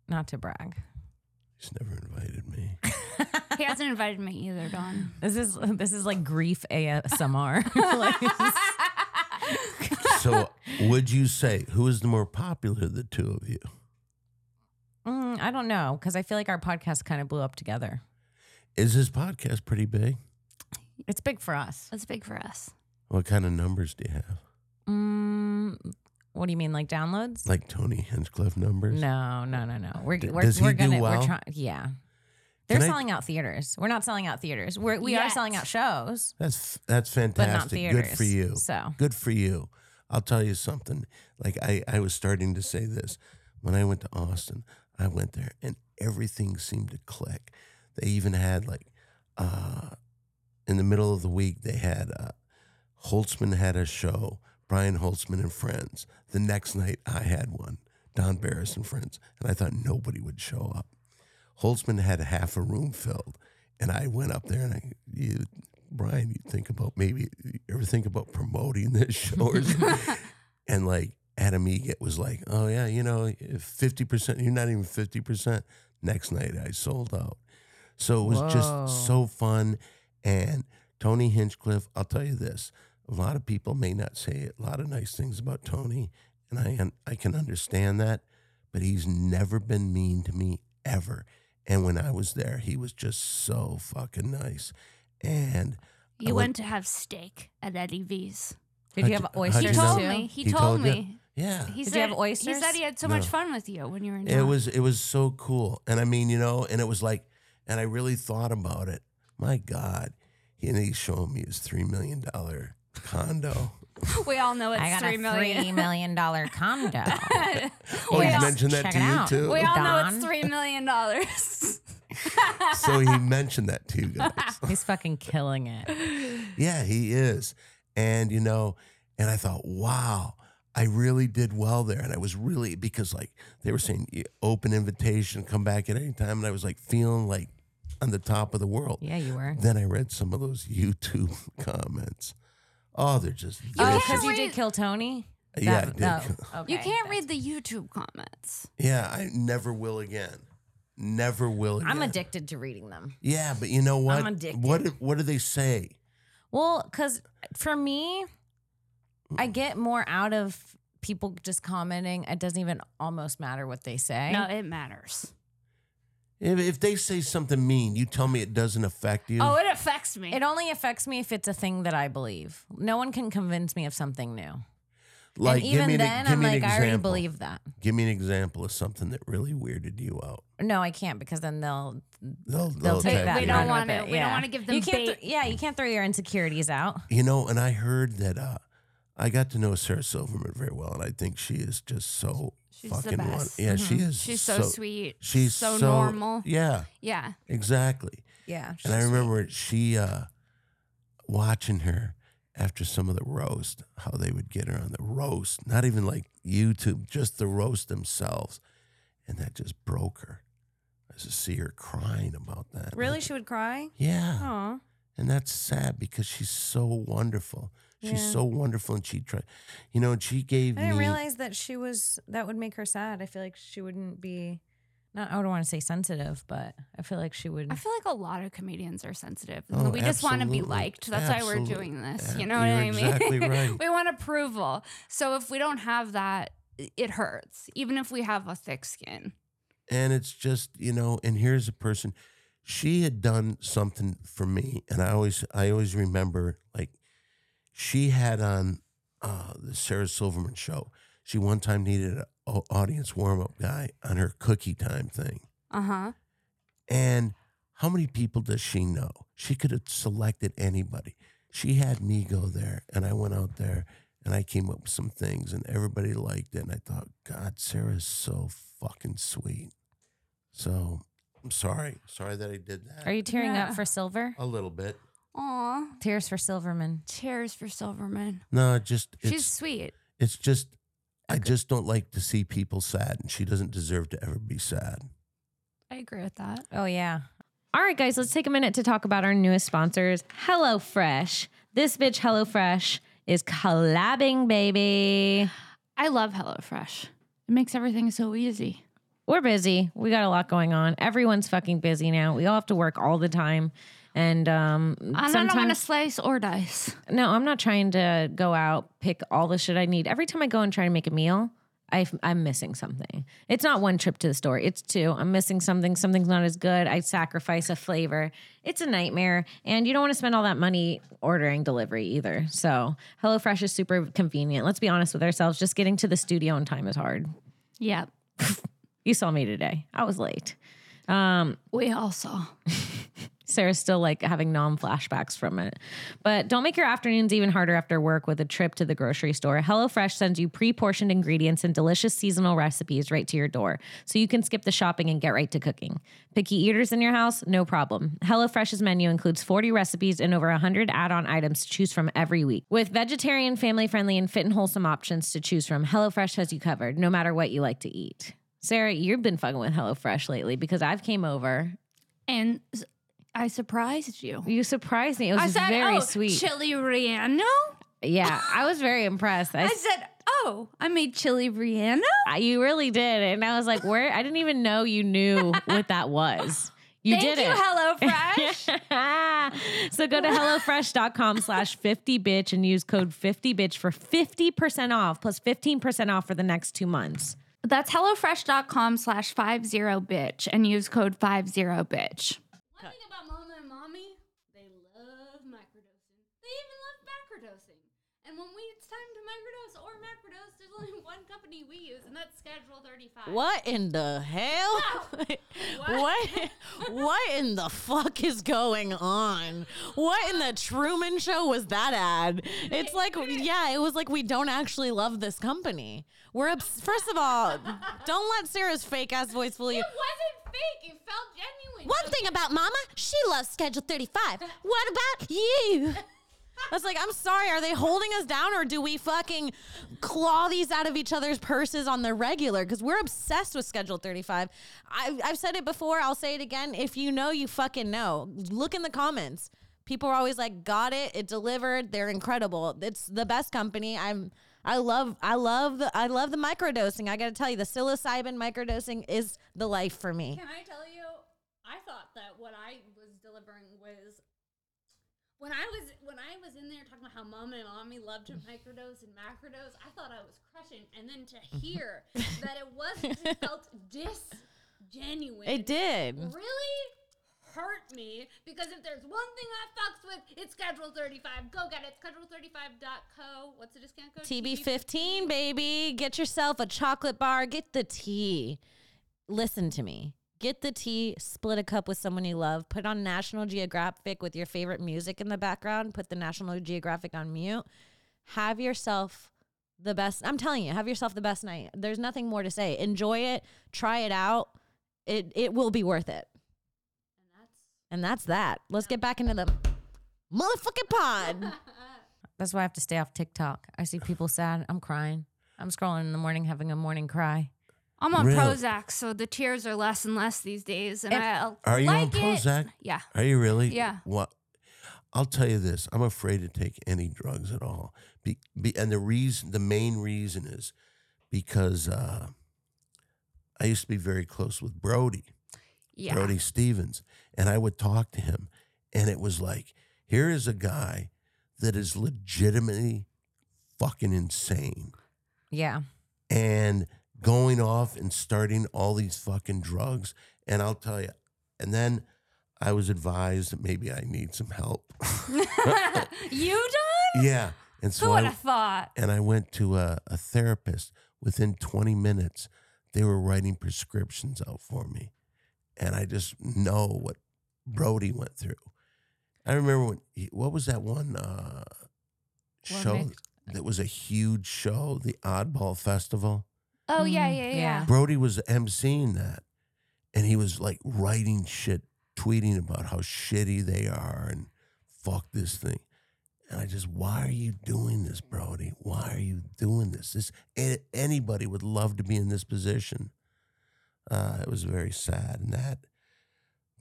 [SPEAKER 2] Not to brag.
[SPEAKER 4] He's never invited me.
[SPEAKER 2] (laughs)
[SPEAKER 3] he hasn't invited me either, Dawn.
[SPEAKER 2] This is (laughs) this is like grief ASMR. (laughs) Like, it's-
[SPEAKER 4] so, would you say who is the more popular of the two of you?
[SPEAKER 2] mm, I don't know because I feel like our podcast kind of blew up together.
[SPEAKER 4] Is this podcast pretty big?
[SPEAKER 2] It's big for us.
[SPEAKER 3] That's big for us.
[SPEAKER 4] What kind of numbers do you have?
[SPEAKER 2] Mm, what do you mean, like downloads?
[SPEAKER 4] Like Tony Hinchcliffe numbers?
[SPEAKER 2] No, no, no, no. We're
[SPEAKER 4] D-
[SPEAKER 2] we're,
[SPEAKER 4] does he
[SPEAKER 2] we're
[SPEAKER 4] do
[SPEAKER 2] gonna
[SPEAKER 4] well?
[SPEAKER 2] we're trying. Yeah, they're
[SPEAKER 4] Can I-
[SPEAKER 2] selling out theaters. We're not selling out theaters. We're, we are
[SPEAKER 3] Yet.
[SPEAKER 2] selling out shows,
[SPEAKER 4] That's f- that's
[SPEAKER 2] but not
[SPEAKER 4] fantastic.
[SPEAKER 2] theaters.
[SPEAKER 4] Good for you.
[SPEAKER 2] So
[SPEAKER 4] Good for you. I'll tell you something. Like I, I was starting to say this when I went to Austin. I went there and everything seemed to click. They even had like, uh, in the middle of the week they had uh, Holtzman had a show. Brian Holtzman and friends. The next night I had one. Don Barris and friends, and I thought nobody would show up. Holtzman had half a room filled, and I went up there and I, you, Brian, you think about maybe you ever think about promoting (laughs) this show or something? and like Adam Egett was like, oh yeah, you know, fifty percent. You're not even fifty percent. Next night I sold out, so it was
[SPEAKER 2] Whoa.
[SPEAKER 4] just so fun. And Tony Hinchcliffe, I'll tell you this: a lot of people may not say it, a lot of nice things about Tony, and I I can understand that but he's never been mean to me ever. And when I was there, he was just so fucking nice. And
[SPEAKER 3] You
[SPEAKER 4] I
[SPEAKER 3] went
[SPEAKER 4] went-
[SPEAKER 3] to have steak at Eddie V's.
[SPEAKER 2] did you
[SPEAKER 4] How'd
[SPEAKER 2] have
[SPEAKER 4] you- how'd
[SPEAKER 3] He
[SPEAKER 4] you
[SPEAKER 2] oysters
[SPEAKER 4] know?
[SPEAKER 3] told
[SPEAKER 2] too?
[SPEAKER 3] me. He,
[SPEAKER 4] He
[SPEAKER 3] told
[SPEAKER 4] told you?
[SPEAKER 3] me.
[SPEAKER 4] yeah,
[SPEAKER 3] He
[SPEAKER 2] Did you
[SPEAKER 3] said,
[SPEAKER 2] have oysters?
[SPEAKER 3] He said he had so much
[SPEAKER 4] No.
[SPEAKER 3] fun with you when you were in
[SPEAKER 4] it
[SPEAKER 3] town.
[SPEAKER 4] was it was so cool. And I mean, you know, and it was like, and I really thought about it. My God, he, and he's showing me his three million dollar condo.
[SPEAKER 3] (laughs) We all know it's
[SPEAKER 2] I got
[SPEAKER 3] three
[SPEAKER 2] a
[SPEAKER 3] million. (laughs)
[SPEAKER 2] three million dollar (laughs) condo.
[SPEAKER 4] Oh,
[SPEAKER 2] Yes.
[SPEAKER 4] he mentioned that
[SPEAKER 2] Check
[SPEAKER 4] to
[SPEAKER 2] it
[SPEAKER 4] you
[SPEAKER 2] out.
[SPEAKER 4] too.
[SPEAKER 3] We all know
[SPEAKER 2] Don.
[SPEAKER 3] it's three million (laughs) dollars.
[SPEAKER 4] so he mentioned that to you guys.
[SPEAKER 2] He's fucking killing it.
[SPEAKER 4] Yeah, he is. And you know, and I thought, wow, I really did well there. And I was really because like they were saying "You- open invitation, come back at any time. And I was like feeling like on the top of the world.
[SPEAKER 2] Yeah, you were.
[SPEAKER 4] Then I read some of those YouTube (laughs) comments. Oh, they're just
[SPEAKER 2] Oh,
[SPEAKER 4] vicious.
[SPEAKER 2] because you
[SPEAKER 3] raise-
[SPEAKER 2] did kill Tony.
[SPEAKER 4] yeah, I
[SPEAKER 2] That-
[SPEAKER 4] did. (laughs)
[SPEAKER 2] no, okay.
[SPEAKER 3] You can't read the YouTube comments.
[SPEAKER 4] Yeah, I never will again. Never will again.
[SPEAKER 2] I'm addicted to reading them.
[SPEAKER 4] Yeah, but you know what?
[SPEAKER 2] I'm addicted.
[SPEAKER 4] What do- what do they say?
[SPEAKER 2] Well, because for me,
[SPEAKER 4] Mm.
[SPEAKER 2] I get more out of people just commenting. It doesn't even almost matter what they say.
[SPEAKER 3] No, it matters.
[SPEAKER 4] If, if they say something mean, you tell me it doesn't affect you.
[SPEAKER 3] Oh, it affects me.
[SPEAKER 2] It only affects me if it's a thing that I believe. No one can convince me of something new.
[SPEAKER 4] like
[SPEAKER 2] and even
[SPEAKER 4] give me
[SPEAKER 2] then,
[SPEAKER 4] an, give
[SPEAKER 2] I'm
[SPEAKER 4] me an
[SPEAKER 2] like, I already
[SPEAKER 4] example.
[SPEAKER 2] believe that.
[SPEAKER 4] Give me an example of something that really weirded you out.
[SPEAKER 2] No, I can't because then they'll they'll,
[SPEAKER 4] They'll, they'll
[SPEAKER 2] take
[SPEAKER 4] attack
[SPEAKER 2] that.
[SPEAKER 3] We
[SPEAKER 2] and
[SPEAKER 4] you.
[SPEAKER 3] don't
[SPEAKER 2] run with
[SPEAKER 3] want it. We don't
[SPEAKER 2] yeah.
[SPEAKER 3] wanna give them
[SPEAKER 2] You can't
[SPEAKER 3] bait.
[SPEAKER 2] th- yeah, you can't throw your insecurities out.
[SPEAKER 4] You know, and I heard that uh, I got to know Sarah Silverman very well, and I think she is just so
[SPEAKER 3] She's the
[SPEAKER 4] fucking won-
[SPEAKER 3] best.
[SPEAKER 4] Yeah, she
[SPEAKER 2] Mm-hmm.
[SPEAKER 4] is.
[SPEAKER 3] She's so, sweet.
[SPEAKER 4] She's
[SPEAKER 3] so, normal.
[SPEAKER 4] Yeah,
[SPEAKER 3] Yeah.
[SPEAKER 4] exactly.
[SPEAKER 2] Yeah.
[SPEAKER 4] And I remember she uh, watching her after some of the roast, how they would get her on the roast, not even like YouTube, just the roast themselves. And that just broke her. I just see her crying about that.
[SPEAKER 2] Really, she Oh. would cry.
[SPEAKER 4] Yeah.
[SPEAKER 2] Aw.
[SPEAKER 4] And that's sad because she's so wonderful. She's
[SPEAKER 2] Yeah.
[SPEAKER 4] so wonderful, and she tried, you know. And she gave
[SPEAKER 2] I didn't
[SPEAKER 4] me.
[SPEAKER 2] realize that she was that would make her sad. I feel like she wouldn't be not I don't want to say sensitive, but I feel like she would
[SPEAKER 3] I feel like a lot of comedians are sensitive.
[SPEAKER 4] Mm. Oh,
[SPEAKER 3] we just want to be
[SPEAKER 4] absolutely.
[SPEAKER 3] liked. That's why
[SPEAKER 4] Absolute-
[SPEAKER 3] we're doing this.
[SPEAKER 4] Yeah,
[SPEAKER 3] You know what
[SPEAKER 4] you're
[SPEAKER 3] I mean? (laughs)
[SPEAKER 4] exactly right.
[SPEAKER 3] we want approval. So if we don't have that, i- it hurts, even if we have a thick skin.
[SPEAKER 4] and it's just you know and here's a person she had done something for me and i always i always remember like she had on uh the sarah silverman show she one time needed an audience warm-up guy on her cookie time thing
[SPEAKER 3] Uh huh.
[SPEAKER 4] and how many people does she know she could have selected anybody she had me go there and i went out there and i came up with some things and everybody liked it and i thought god sarah's so fucking sweet so i'm sorry sorry that i did that
[SPEAKER 2] Are you tearing
[SPEAKER 3] Yeah.
[SPEAKER 2] up for silver?
[SPEAKER 4] a little bit
[SPEAKER 3] Aw.
[SPEAKER 2] Tears for Silverman.
[SPEAKER 3] Cheers for Silverman.
[SPEAKER 4] no it just it's,
[SPEAKER 3] She's sweet.
[SPEAKER 4] it's just i just don't like to see people sad and she doesn't deserve to ever be sad
[SPEAKER 3] I agree with that.
[SPEAKER 2] Oh yeah. All right, guys, let's take a minute to talk about our newest sponsors, HelloFresh. This bitch HelloFresh is collabing, baby.
[SPEAKER 3] I love HelloFresh. It makes everything so easy.
[SPEAKER 2] We're busy. We got a lot going on. Everyone's fucking busy now. We all have to work all the time. And um
[SPEAKER 4] Mm,
[SPEAKER 3] And I
[SPEAKER 2] sometimes
[SPEAKER 3] don't want to slice or dice.
[SPEAKER 2] No, I'm not trying to go out, pick all the shit I need. Every time I go and try to make a meal, I, am missing something. It's not one trip to the store, it's two. I'm missing something. Something's not as good. I sacrifice a flavor. It's a nightmare. And you don't want to spend all that money ordering delivery either. So, HelloFresh is super convenient. Let's be honest with ourselves. Just getting to the studio in time is hard.
[SPEAKER 3] Yep.
[SPEAKER 2] You saw me today, I was late.
[SPEAKER 3] We all saw.
[SPEAKER 2] Sarah's still like having nom flashbacks from it. But don't make your afternoons even harder after work with a trip to the grocery store. HelloFresh sends you pre portioned ingredients and delicious seasonal recipes right to your door, so you can skip the shopping and get right to cooking. Picky eaters in your house? No problem. HelloFresh's menu includes 40 recipes and over 100 add on items to choose from every week. With vegetarian, family friendly, and fit and wholesome options to choose from, HelloFresh has you covered no matter what you like to eat. Sarah, you've been fucking with HelloFresh lately because I've came over.
[SPEAKER 3] And s- I surprised you.
[SPEAKER 2] You surprised me. It was
[SPEAKER 3] I said,
[SPEAKER 2] very
[SPEAKER 3] oh,
[SPEAKER 2] sweet.
[SPEAKER 3] chili relleno?
[SPEAKER 2] Yeah, I was very impressed. I,
[SPEAKER 3] I said, "Oh, I made chili relleno."
[SPEAKER 2] I- you really did, and I was like, "Where?" I didn't even know you knew what that was. You
[SPEAKER 3] Thank
[SPEAKER 2] did
[SPEAKER 3] you,
[SPEAKER 2] it. (laughs)
[SPEAKER 3] HelloFresh.
[SPEAKER 2] so go to HelloFresh.com slash 50bitch and use code 50bitch for 50% off plus 15% off for the next two months.
[SPEAKER 3] (laughs) That's HelloFresh.com slash five zero bitch and use code five zero bitch. One thing about mama and mommy, they love microdosing. They even love macrodosing. And when we it's time to microdose or macrodose, there's only (laughs) one company we use, and that's Schedule Thirty Five.
[SPEAKER 5] What in the hell? (laughs) what? (laughs) What in the fuck is going on? What in the Truman Show was that ad? It's like, yeah, it was like we don't actually love this company. We're obs- first of all, don't let Sarah's fake ass voice fool you.
[SPEAKER 3] wasn't fake. It felt genuine.
[SPEAKER 5] One thing about Mama, she loves Schedule 35. What about you? I was like, I'm sorry, are they holding us down or do we fucking claw these out of each other's purses on the regular? Because we're obsessed with Schedule 35. I, I've said it before, I'll say it again. If you know, you fucking know. Look in the comments. People are always like, "Got it, it delivered. They're incredible. It's the best company." I'm. I love. I love the. I love the microdosing. I got to tell you, the psilocybin microdosing is the life for me.
[SPEAKER 3] Can I tell you? I thought that what I was delivering was when I was when I was in there talking about how mama and mommy loved to microdose and macrodose. I thought I was crushing, and then to
[SPEAKER 2] (laughs)
[SPEAKER 3] hear that it wasn't it felt disgenuine.
[SPEAKER 5] It did.
[SPEAKER 3] really hurt me because if there's one thing I fucks with, it's Schedule 35. Go get it. Schedule35.co. What's the discount code?
[SPEAKER 5] TB15, baby. Get yourself a chocolate bar. Get the tea. Listen to me. Get the tea, split a cup with someone you love, put on National Geographic with your favorite music in the background, put the National Geographic on mute. Have yourself the best. I'm telling you, have yourself the best night. There's nothing more to say. Enjoy it, try it out. It it will be worth it.
[SPEAKER 3] And that's
[SPEAKER 5] And that's that. Let's get back into the motherfucking pod.
[SPEAKER 2] That's why I have to stay off TikTok. I see people sad. I'm crying. I'm scrolling in the morning, having a morning cry.
[SPEAKER 3] I'm on
[SPEAKER 4] Really?
[SPEAKER 3] Prozac, so the tears are less and less these days, and I
[SPEAKER 4] Are you on
[SPEAKER 3] like it.
[SPEAKER 4] Prozac?
[SPEAKER 3] Yeah,
[SPEAKER 4] Are you really?
[SPEAKER 3] Yeah.
[SPEAKER 4] What? I'll tell you this: I'm afraid to take any drugs at all. Be, be, and the reason, the main reason is because uh, I used to be very close with Brody,
[SPEAKER 3] yeah.
[SPEAKER 4] Brody Stevens, and I would talk to him, and it was like, here is a guy that is legitimately fucking insane
[SPEAKER 2] Yeah.
[SPEAKER 4] and going off and starting all these fucking drugs. And I'll tell you, and then I was advised that maybe I need some help.
[SPEAKER 3] you
[SPEAKER 2] (laughs)
[SPEAKER 3] done?
[SPEAKER 4] yeah. And so
[SPEAKER 3] Who would
[SPEAKER 4] I,
[SPEAKER 3] have thought?
[SPEAKER 4] and I went to a, a therapist within 20 minutes. They were writing prescriptions out for me. And I just know what Brody went through. I remember when, he, what was that one uh,
[SPEAKER 2] Well,
[SPEAKER 4] show
[SPEAKER 2] Nick-
[SPEAKER 4] that was a huge show, the Oddball Festival?
[SPEAKER 3] Oh yeah,
[SPEAKER 2] Mm,
[SPEAKER 3] yeah,
[SPEAKER 2] yeah.
[SPEAKER 3] yeah.
[SPEAKER 4] Brody was emceeing that, and he was like writing shit, tweeting about how shitty they are and fuck this thing. And I just, why are you doing this, Brody? Why are you doing this? This a- anybody would love to be in this position. Uh, it was very sad, and that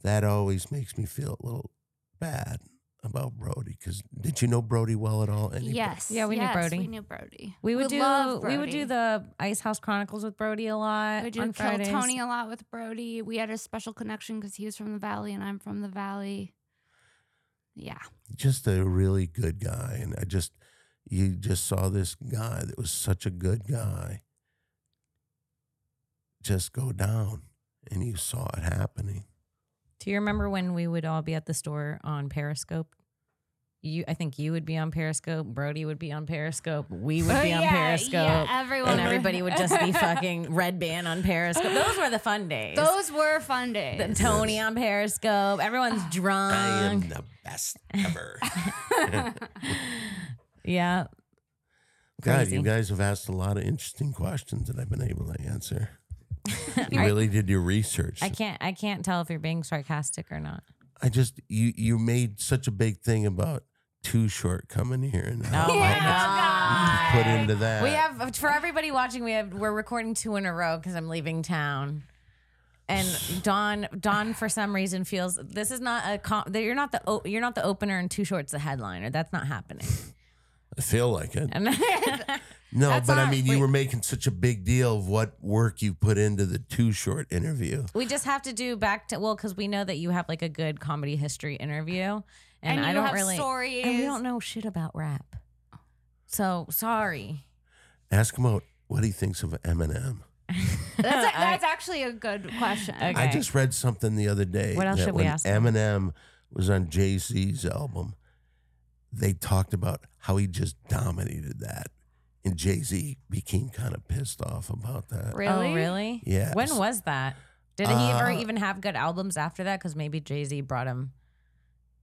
[SPEAKER 4] that always makes me feel a little bad about Brody. Because did you know Brody well at all? Anybody?
[SPEAKER 3] Yes.
[SPEAKER 2] Yeah, we knew
[SPEAKER 3] yes,
[SPEAKER 2] Brody.
[SPEAKER 3] We knew Brody.
[SPEAKER 2] We would do
[SPEAKER 3] love
[SPEAKER 2] we would
[SPEAKER 3] Brody.
[SPEAKER 2] do the Ice House Chronicles with Brody a lot.
[SPEAKER 3] We do
[SPEAKER 2] on
[SPEAKER 3] Kill
[SPEAKER 2] Fridays.
[SPEAKER 3] Tony a lot with Brody. We had a special connection because he was from the Valley and I'm from the Valley. Yeah.
[SPEAKER 4] just a really good guy and i just you just saw this guy that was such a good guy just go down and you saw it happening
[SPEAKER 2] Do you remember when we would all be at the store on Periscope? You I think you would be on Periscope, Brody would be on Periscope, we would
[SPEAKER 3] (laughs)
[SPEAKER 2] be on Periscope.
[SPEAKER 3] everyone
[SPEAKER 2] and
[SPEAKER 3] would-
[SPEAKER 2] everybody would just
[SPEAKER 3] (laughs)
[SPEAKER 2] be fucking red band on Periscope. Those were the fun days.
[SPEAKER 3] Those were fun
[SPEAKER 2] the
[SPEAKER 3] days.
[SPEAKER 2] Tony on Periscope.
[SPEAKER 3] (sighs)
[SPEAKER 2] Everyone's drunk.
[SPEAKER 4] the best
[SPEAKER 2] (laughs)
[SPEAKER 4] ever
[SPEAKER 2] yeah.
[SPEAKER 4] god
[SPEAKER 2] Crazy.
[SPEAKER 4] you guys have asked a lot of interesting questions that i've been able to answer
[SPEAKER 2] (laughs)
[SPEAKER 4] you really did your research
[SPEAKER 2] I can't I can't tell if you're being sarcastic or not.
[SPEAKER 4] i just you you made such a big thing about too short coming here and how
[SPEAKER 2] Oh
[SPEAKER 4] much
[SPEAKER 2] my god.
[SPEAKER 4] you put into that
[SPEAKER 2] We have for everybody watching. We have we're recording two in a row because I'm leaving town. And Dawn, Dawn, for some reason feels this is not a com- that you're not the o- you're not the opener and two shorts the headliner. That's not happening.
[SPEAKER 4] i feel like it
[SPEAKER 2] And (laughs)
[SPEAKER 4] No,
[SPEAKER 2] That's
[SPEAKER 4] but I
[SPEAKER 2] not-
[SPEAKER 4] mean, you
[SPEAKER 2] wait.
[SPEAKER 4] were making such a big deal of what work you put into the too short interview.
[SPEAKER 2] we just have to do back to well because we know that you have like a good comedy history interview, and,
[SPEAKER 3] And
[SPEAKER 2] I
[SPEAKER 3] you
[SPEAKER 2] don't
[SPEAKER 3] have
[SPEAKER 2] really and we
[SPEAKER 3] stories.
[SPEAKER 2] don't know shit about rap. So sorry. (laughs)
[SPEAKER 4] Ask him out what he thinks of Eminem.
[SPEAKER 3] That's, a- that's actually a good question.
[SPEAKER 2] (laughs)
[SPEAKER 4] I
[SPEAKER 2] Okay.
[SPEAKER 4] just read something the other day.
[SPEAKER 2] What else
[SPEAKER 4] that
[SPEAKER 2] should we
[SPEAKER 4] when
[SPEAKER 2] ask him?
[SPEAKER 4] Eminem was on Jay Z's album, they talked about how he just dominated that. And Jay Z became kind of pissed off about that.
[SPEAKER 3] Really?
[SPEAKER 2] Oh, really?
[SPEAKER 4] Yes.
[SPEAKER 2] When was that? Did he ever
[SPEAKER 4] Uh,
[SPEAKER 2] even have good albums after that? Because maybe Jay Z brought him,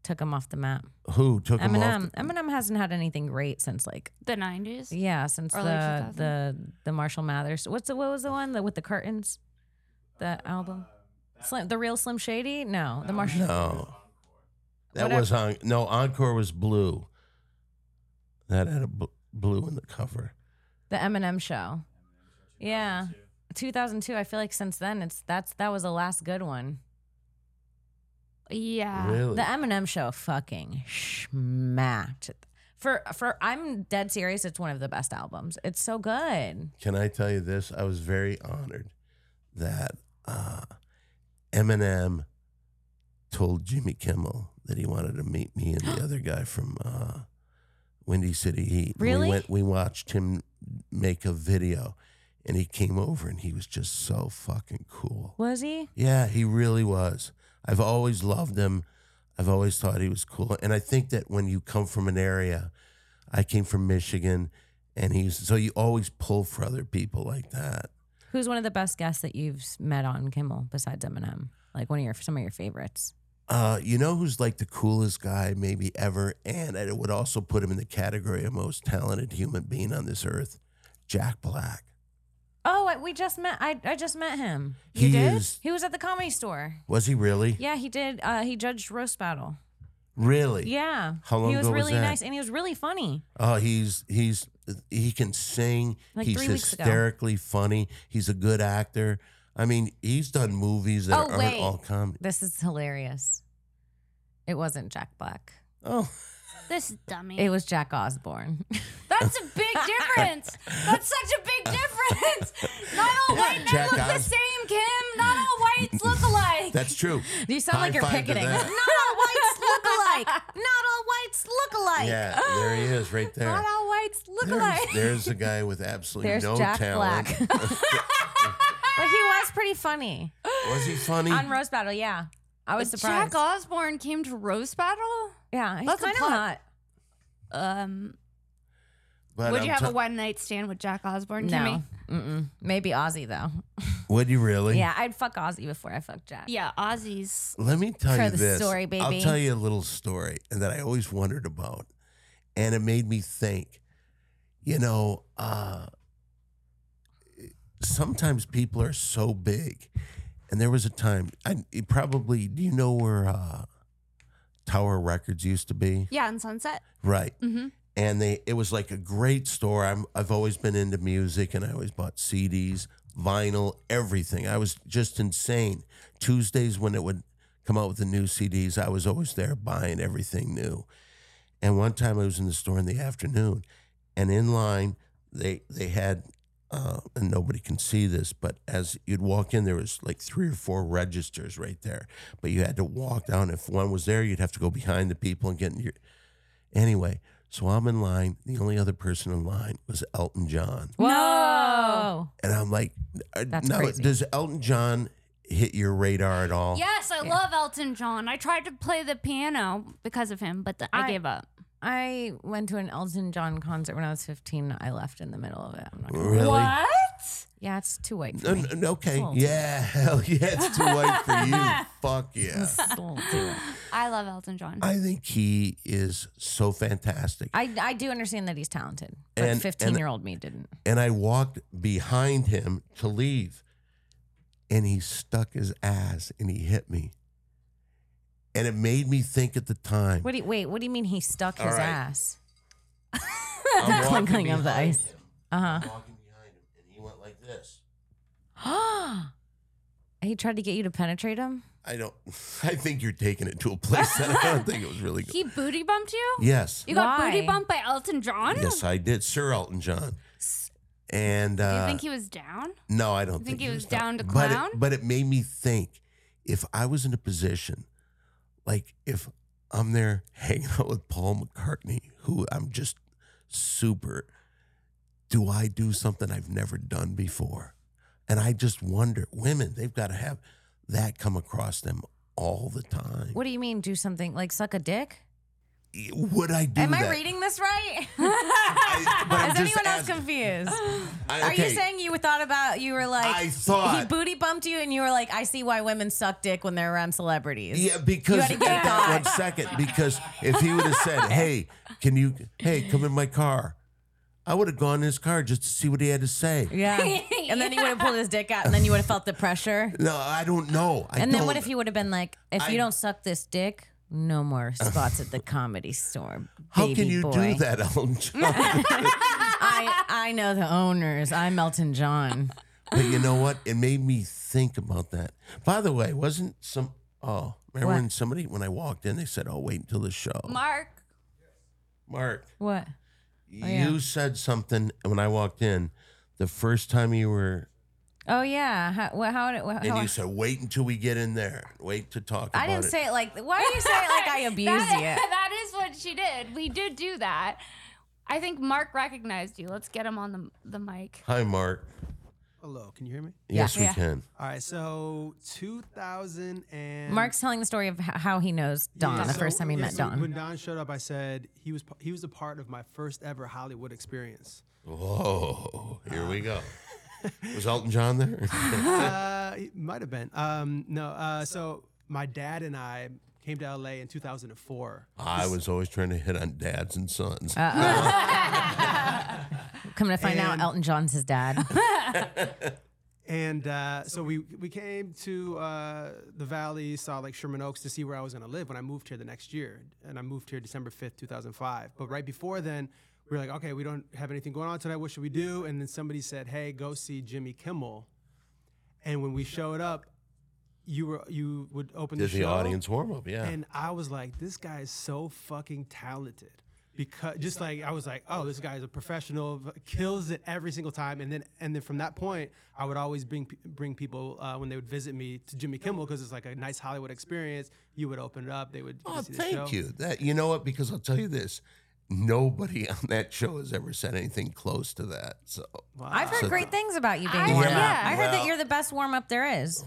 [SPEAKER 2] took him off the map.
[SPEAKER 4] Who took him off?
[SPEAKER 2] Eminem, Eminem hasn't had anything great since like
[SPEAKER 3] The 90s.
[SPEAKER 2] yeah, since
[SPEAKER 3] Early
[SPEAKER 2] the
[SPEAKER 3] 2000s.
[SPEAKER 2] the the Marshall Mathers. What's the what was the one the, with the curtains? The album, Slim, the real Slim Shady? No, the Marshall.
[SPEAKER 4] No. That
[SPEAKER 2] Whatever.
[SPEAKER 4] was on. No, Encore was blue. That had a bl- blue in the cover.
[SPEAKER 2] The Eminem show. Yeah. 2002. I feel like since then it's that's that was the last good one.
[SPEAKER 3] Yeah.
[SPEAKER 4] really?
[SPEAKER 2] Ah, The Eminem show fucking smacked. For for I'm dead serious. It's one of the best albums. It's so good.
[SPEAKER 4] Can I tell you this? I was very honored that uh, Eminem told Jimmy Kimmel that he wanted to meet me and the other guy from uh, Windy City Heat. And
[SPEAKER 2] Really?
[SPEAKER 4] We, went, we watched him make a video and he came over and he was just so fucking cool.
[SPEAKER 2] Was he?
[SPEAKER 4] Yeah, he really was. I've always loved him. I've always thought he was cool. And I think that when you come from an area, I came from Michigan, and he's so you always pull for other people like that.
[SPEAKER 2] Who's one of the best guests that you've s- met on Kimmel besides Eminem? Like one of your some of your favorites.
[SPEAKER 4] Uh, you know who's like the coolest guy maybe ever, and it would also put him in the category of most talented human being on this earth, Jack Black.
[SPEAKER 2] Oh, I, we just met. I I just met him.
[SPEAKER 4] He
[SPEAKER 2] did?
[SPEAKER 4] is-
[SPEAKER 2] He was at the comedy store.
[SPEAKER 4] Was he really?
[SPEAKER 2] Yeah, he did. Uh, he judged roast battle.
[SPEAKER 4] Really?
[SPEAKER 2] Yeah.
[SPEAKER 4] How long
[SPEAKER 2] He was
[SPEAKER 4] ago was
[SPEAKER 2] really
[SPEAKER 4] that?
[SPEAKER 2] nice and he was really funny.
[SPEAKER 4] Oh, he's he's he can sing.
[SPEAKER 2] Like
[SPEAKER 4] he's
[SPEAKER 2] three weeks ago.
[SPEAKER 4] hysterically funny. He's a good actor. I mean, he's done movies that
[SPEAKER 2] Oh,
[SPEAKER 4] aren't
[SPEAKER 2] wait.
[SPEAKER 4] all comedy.
[SPEAKER 2] This is hilarious. It wasn't Jack Black.
[SPEAKER 4] Oh,
[SPEAKER 3] This is dummy.
[SPEAKER 2] It was Jack Osborne. (laughs)
[SPEAKER 3] That's a Mm. big difference. That's such a big difference.
[SPEAKER 2] (laughs)
[SPEAKER 3] Not
[SPEAKER 2] Oh,
[SPEAKER 3] all white men
[SPEAKER 4] Jack
[SPEAKER 3] look the
[SPEAKER 4] Os-
[SPEAKER 3] same, Kim. Not all whites look alike.
[SPEAKER 4] (laughs) that's true.
[SPEAKER 2] (laughs) You sound like
[SPEAKER 4] High
[SPEAKER 2] you're
[SPEAKER 4] five to
[SPEAKER 2] picketing. (laughs) Not all
[SPEAKER 4] that.
[SPEAKER 2] whites look alike. Not all whites look alike.
[SPEAKER 4] yeah, there he is, right there.
[SPEAKER 2] Not all whites look
[SPEAKER 4] There's,
[SPEAKER 2] alike.
[SPEAKER 4] there's a guy with absolutely
[SPEAKER 2] There's
[SPEAKER 4] no
[SPEAKER 2] Jack
[SPEAKER 4] talent.
[SPEAKER 2] Black. But he was pretty funny
[SPEAKER 4] (laughs) Was he
[SPEAKER 2] (laughs)
[SPEAKER 4] funny?
[SPEAKER 2] on Roast Battle. Yeah, I was surprised.
[SPEAKER 3] Jack Osborne came to roast battle.
[SPEAKER 2] yeah, he's
[SPEAKER 3] That's a
[SPEAKER 2] kind of
[SPEAKER 3] plot.
[SPEAKER 2] hot.
[SPEAKER 3] Um,
[SPEAKER 4] But
[SPEAKER 3] would you
[SPEAKER 4] I'm
[SPEAKER 3] have a
[SPEAKER 4] ta-
[SPEAKER 3] one night stand with Jack Osborne,
[SPEAKER 2] No,
[SPEAKER 3] Kimmy?
[SPEAKER 2] Mm-mm. maybe Ozzy though.
[SPEAKER 4] Would you really?
[SPEAKER 2] Yeah, I'd fuck Ozzy before I fuck Jack.
[SPEAKER 3] Yeah, Ozzy's.
[SPEAKER 4] Let me tell
[SPEAKER 2] For
[SPEAKER 4] you
[SPEAKER 2] the
[SPEAKER 4] this.
[SPEAKER 2] story,
[SPEAKER 4] I'll
[SPEAKER 2] baby.
[SPEAKER 4] tell you a little story that I always wondered about, and it made me think. You know, uh, sometimes people are so big, and there was a time. I it probably do you know where uh, Tower Records used to be?
[SPEAKER 3] Yeah, in Sunset.
[SPEAKER 4] Right.
[SPEAKER 3] Mhm.
[SPEAKER 4] And they it was like a great store. I'm I've always been into music and I always bought CDs, vinyl, everything. I was just insane. Tuesdays when it would come out with the new CDs, I was always there buying everything new. And one time I was in the store in the afternoon and in line they they had uh, and nobody can see this, but as you'd walk in, there was like three or four registers right there. But you had to walk down. If one was there, you'd have to go behind the people and get in your Anyway, so I'm in line. The only other person in line was Elton John.
[SPEAKER 2] Whoa.
[SPEAKER 3] No.
[SPEAKER 4] And I'm like, uh,
[SPEAKER 2] That's
[SPEAKER 4] now,
[SPEAKER 2] crazy.
[SPEAKER 4] does Elton John hit your radar at all?
[SPEAKER 3] Yes, I love Elton John. I tried to play the piano because of him, but th- I,
[SPEAKER 2] I-
[SPEAKER 3] gave up.
[SPEAKER 2] I went to an Elton John concert when I was 15. I left in the middle of it. I'm not gonna-
[SPEAKER 4] Really?
[SPEAKER 3] What?
[SPEAKER 2] yeah, it's too white for
[SPEAKER 4] No,
[SPEAKER 2] me.
[SPEAKER 4] no, no, okay.
[SPEAKER 2] Cool.
[SPEAKER 4] Yeah. (laughs) Hell yeah. It's too late for
[SPEAKER 2] (laughs)
[SPEAKER 4] you. Fuck yeah.
[SPEAKER 2] It's a little too white.
[SPEAKER 3] I love Elton John.
[SPEAKER 4] I think he is so fantastic.
[SPEAKER 2] I, I do understand that he's talented, but
[SPEAKER 4] And- and-
[SPEAKER 2] 15 year old me didn't.
[SPEAKER 4] and I walked behind him to leave, and he stuck his ass and he hit me. And it made me think at the time.
[SPEAKER 2] What do you, wait, what do you mean he stuck his
[SPEAKER 4] All right.
[SPEAKER 2] ass? (laughs)
[SPEAKER 4] I'm
[SPEAKER 2] The
[SPEAKER 4] walking
[SPEAKER 2] twinkling of the
[SPEAKER 4] behind
[SPEAKER 2] ice. (gasps)
[SPEAKER 4] him.
[SPEAKER 2] Uh
[SPEAKER 4] I'm walking behind him, and he went like this.
[SPEAKER 2] huh. he tried to get you to penetrate him?
[SPEAKER 4] I don't. (laughs) I think you're taking it to a place that I don't think it
[SPEAKER 3] (laughs)
[SPEAKER 4] was really good.
[SPEAKER 3] he booty bumped you?
[SPEAKER 4] Yes,
[SPEAKER 3] You got
[SPEAKER 2] Why?
[SPEAKER 3] booty bumped by Elton John?
[SPEAKER 4] yes, I did, Sir Elton John. And
[SPEAKER 3] Do
[SPEAKER 4] uh,
[SPEAKER 3] you think he was down?
[SPEAKER 4] no, I don't think,
[SPEAKER 3] think he was down to
[SPEAKER 4] but it-
[SPEAKER 3] clown?
[SPEAKER 4] But it, made me think if I was in a position like if I'm there hanging (laughs) out with Paul McCartney, who I'm just super. Do I do something I've never done before? And I just wonder, women, they've got to have that come across them all the time.
[SPEAKER 2] What do you mean do something like suck a dick?
[SPEAKER 4] would I do
[SPEAKER 2] Am
[SPEAKER 4] that?
[SPEAKER 2] I reading this (laughs) right?
[SPEAKER 4] I-
[SPEAKER 2] (laughs)
[SPEAKER 4] but I'm
[SPEAKER 2] Is
[SPEAKER 4] just
[SPEAKER 2] anyone else
[SPEAKER 4] asking-
[SPEAKER 2] confused?
[SPEAKER 4] I-
[SPEAKER 2] Are you
[SPEAKER 4] okay,
[SPEAKER 2] saying you thought about you were like
[SPEAKER 4] I thought-
[SPEAKER 2] he booty bumped you and you were like I see why women suck dick when they're around celebrities. (laughs)
[SPEAKER 4] Yeah, because
[SPEAKER 2] You had to get
[SPEAKER 4] hang on
[SPEAKER 2] that.
[SPEAKER 4] (laughs) one second. Because if he would have
[SPEAKER 2] (laughs)
[SPEAKER 4] said, "Hey, can you? Hey, come in my car," I would have gone in his car just to see what he had to say.
[SPEAKER 2] Yeah. And then he would have pulled his dick out and then you would have felt the pressure.
[SPEAKER 4] No, I don't know. I
[SPEAKER 2] And
[SPEAKER 4] don't,
[SPEAKER 2] then what if you would have been like, if
[SPEAKER 4] I-
[SPEAKER 2] you don't suck this dick, no more spots
[SPEAKER 4] (laughs)
[SPEAKER 2] at the comedy store.
[SPEAKER 4] How
[SPEAKER 2] baby
[SPEAKER 4] can you
[SPEAKER 2] boy."
[SPEAKER 4] do that, Elton John?
[SPEAKER 2] (laughs) I I know the owners. I'm Elton John.
[SPEAKER 4] but you know what? It made me think about that. By the way, wasn't some Oh, remember
[SPEAKER 2] What?
[SPEAKER 4] when somebody when I walked in, they said, "Oh, wait until the show."
[SPEAKER 3] Mark,
[SPEAKER 4] Mark,
[SPEAKER 2] What? Oh, yeah.
[SPEAKER 4] you said something when I walked in the first time you were,
[SPEAKER 2] Oh yeah. How? What, how, did- wha-
[SPEAKER 4] and
[SPEAKER 2] how
[SPEAKER 4] you said, "Wait until we get in there. Wait to talk."
[SPEAKER 2] I
[SPEAKER 4] about
[SPEAKER 2] didn't
[SPEAKER 4] it.
[SPEAKER 2] say it like. Why do you say it
[SPEAKER 4] (laughs)
[SPEAKER 2] like I abuse
[SPEAKER 3] (laughs) that,
[SPEAKER 2] it?
[SPEAKER 3] (laughs) that is what she did. We did do that. I think Mark recognized you. Let's get him on the, the mic.
[SPEAKER 4] Hi, Mark.
[SPEAKER 6] Hello, can you hear me?
[SPEAKER 4] Yes, we
[SPEAKER 3] Yeah.
[SPEAKER 4] can.
[SPEAKER 6] All right, so 2000
[SPEAKER 2] (laughs)
[SPEAKER 6] and
[SPEAKER 2] Mark's telling the story of h- how he knows Don
[SPEAKER 6] Yeah,
[SPEAKER 2] the
[SPEAKER 6] so-
[SPEAKER 2] first time he
[SPEAKER 6] yeah,
[SPEAKER 2] met
[SPEAKER 6] so
[SPEAKER 2] Don.
[SPEAKER 6] When Don showed up, I said he was p- he was a part of my first ever Hollywood experience.
[SPEAKER 4] Whoa, here we (laughs) go. Was Elton John there? (laughs)
[SPEAKER 6] uh, it might have been. Um, no, uh, so my dad and I came to LA in 2004.
[SPEAKER 4] I was always trying to hit on dads and sons.
[SPEAKER 6] Uh-uh.
[SPEAKER 2] Come to find out,
[SPEAKER 6] And-
[SPEAKER 2] Elton John's his
[SPEAKER 4] (laughs)
[SPEAKER 2] dad.
[SPEAKER 6] And uh, so we, we came to uh, the Valley, saw like Sherman Oaks to see where I was going to live when I moved here the next year. And I moved here December 5th, 2005. But right before then, we were like, okay, we don't have anything going on tonight. What should we do? And then somebody said, hey, go see Jimmy Kimmel. And when we showed up, you were you would open
[SPEAKER 4] Did
[SPEAKER 6] the
[SPEAKER 4] the
[SPEAKER 6] show.
[SPEAKER 4] audience warm up? Yeah.
[SPEAKER 6] And I was like, this guy is so fucking talented. Because just like I was like, oh, this guy is a professional, v- kills it every single time. And then and then from that point, I would always bring p- bring people uh, when they would visit me to Jimmy Kimmel because it's like a nice Hollywood experience. You would open it up, they would.
[SPEAKER 4] Oh,
[SPEAKER 6] see the show.
[SPEAKER 4] thank you. That you know what? Because I'll tell you this, nobody (laughs) on that show has ever said anything close to that. So
[SPEAKER 2] I've heard
[SPEAKER 4] So-
[SPEAKER 2] great things about you being
[SPEAKER 3] I-
[SPEAKER 2] warm
[SPEAKER 3] yeah.
[SPEAKER 2] up. I heard that
[SPEAKER 4] Well-
[SPEAKER 2] you're the best warm up there is.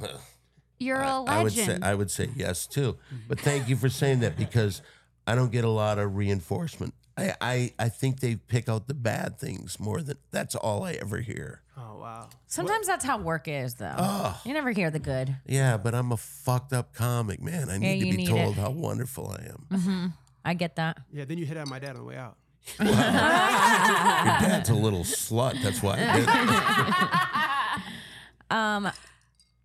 [SPEAKER 3] You're a
[SPEAKER 4] I would say
[SPEAKER 3] legend.
[SPEAKER 4] I would say yes too.
[SPEAKER 6] Mm-hmm.
[SPEAKER 4] But thank you for saying that because I don't get a lot of reinforcement. I, I, I think they pick out the bad things more than that's all I ever hear.
[SPEAKER 6] Oh wow.
[SPEAKER 2] Sometimes that's how work is, though. You never hear the good.
[SPEAKER 4] Yeah, but I'm a fucked up comic, man. I need
[SPEAKER 2] you
[SPEAKER 4] to be
[SPEAKER 2] need
[SPEAKER 4] told
[SPEAKER 2] it.
[SPEAKER 4] how wonderful I
[SPEAKER 2] (laughs)
[SPEAKER 4] am.
[SPEAKER 2] I get that.
[SPEAKER 6] Yeah. Then you hit on my dad on the way out.
[SPEAKER 4] Your dad's a little slut.
[SPEAKER 2] (laughs)
[SPEAKER 4] That's why I did it.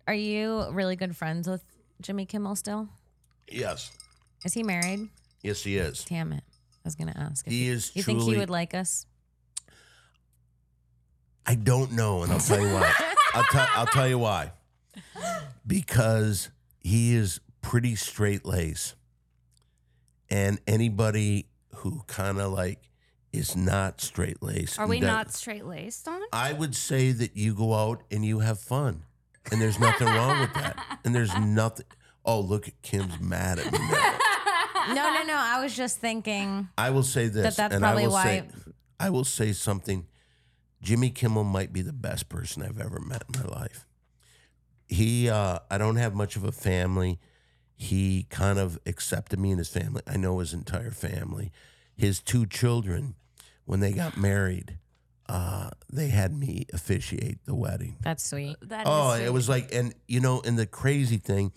[SPEAKER 2] Are you really good friends with Jimmy Kimmel still?
[SPEAKER 4] Yes.
[SPEAKER 2] Is he married?
[SPEAKER 4] Yes, he is.
[SPEAKER 2] Damn it. I was going to ask. if
[SPEAKER 4] He is
[SPEAKER 2] You
[SPEAKER 4] truly.
[SPEAKER 2] think he would like (laughs) us?
[SPEAKER 4] I don't know, and I'll tell you
[SPEAKER 2] (laughs)
[SPEAKER 4] why. I'll, tell. I'll tell you why. Because he is pretty straight laced, and anybody who kind of like is not straight laced.
[SPEAKER 3] Are we not straight laced on?
[SPEAKER 4] I would say that you go out and you have fun, and there's nothing wrong with
[SPEAKER 2] (laughs)
[SPEAKER 4] that. And there's nothing. Oh, look, Kim's mad at me. now.
[SPEAKER 2] No, no, no. I was just thinking.
[SPEAKER 4] I will say this,
[SPEAKER 2] that's
[SPEAKER 4] and I
[SPEAKER 2] probably
[SPEAKER 4] will
[SPEAKER 2] why-
[SPEAKER 4] say, I will say something. Jimmy Kimmel might be the best person I've ever met in my life. He, uh, I don't have much of a family. He kind of accepted me and his family. I know his entire family. His two children, when they got married, uh, they had me officiate the wedding.
[SPEAKER 2] That's sweet.
[SPEAKER 3] That
[SPEAKER 4] Oh,
[SPEAKER 3] is
[SPEAKER 4] it was like, and you know, and the crazy thing,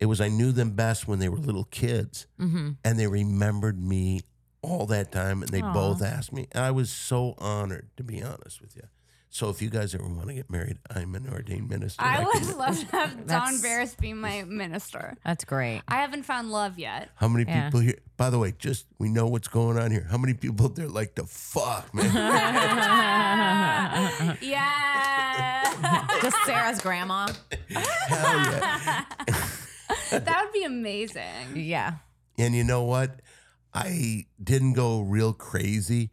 [SPEAKER 4] it was I knew them best when they were little kids,
[SPEAKER 2] Mm-hmm.
[SPEAKER 4] and they remembered me all that time, and they both asked me, and I was so honored to be honest with you. So if you guys ever want to get married, I'm an ordained minister.
[SPEAKER 3] I
[SPEAKER 4] can-
[SPEAKER 3] would love to (laughs) have Don
[SPEAKER 2] That's-
[SPEAKER 3] Barris be my minister.
[SPEAKER 2] That's great.
[SPEAKER 3] I haven't found love yet.
[SPEAKER 4] (laughs) How many
[SPEAKER 2] Yeah.
[SPEAKER 4] people here? By the way, just we know what's going on here. How many people out there like to fuck, man?
[SPEAKER 3] (laughs) Yeah.
[SPEAKER 2] Just Sarah's grandma.
[SPEAKER 4] Hell yeah!
[SPEAKER 3] that would be amazing.
[SPEAKER 2] Yeah.
[SPEAKER 4] And you know what? I didn't go real crazy,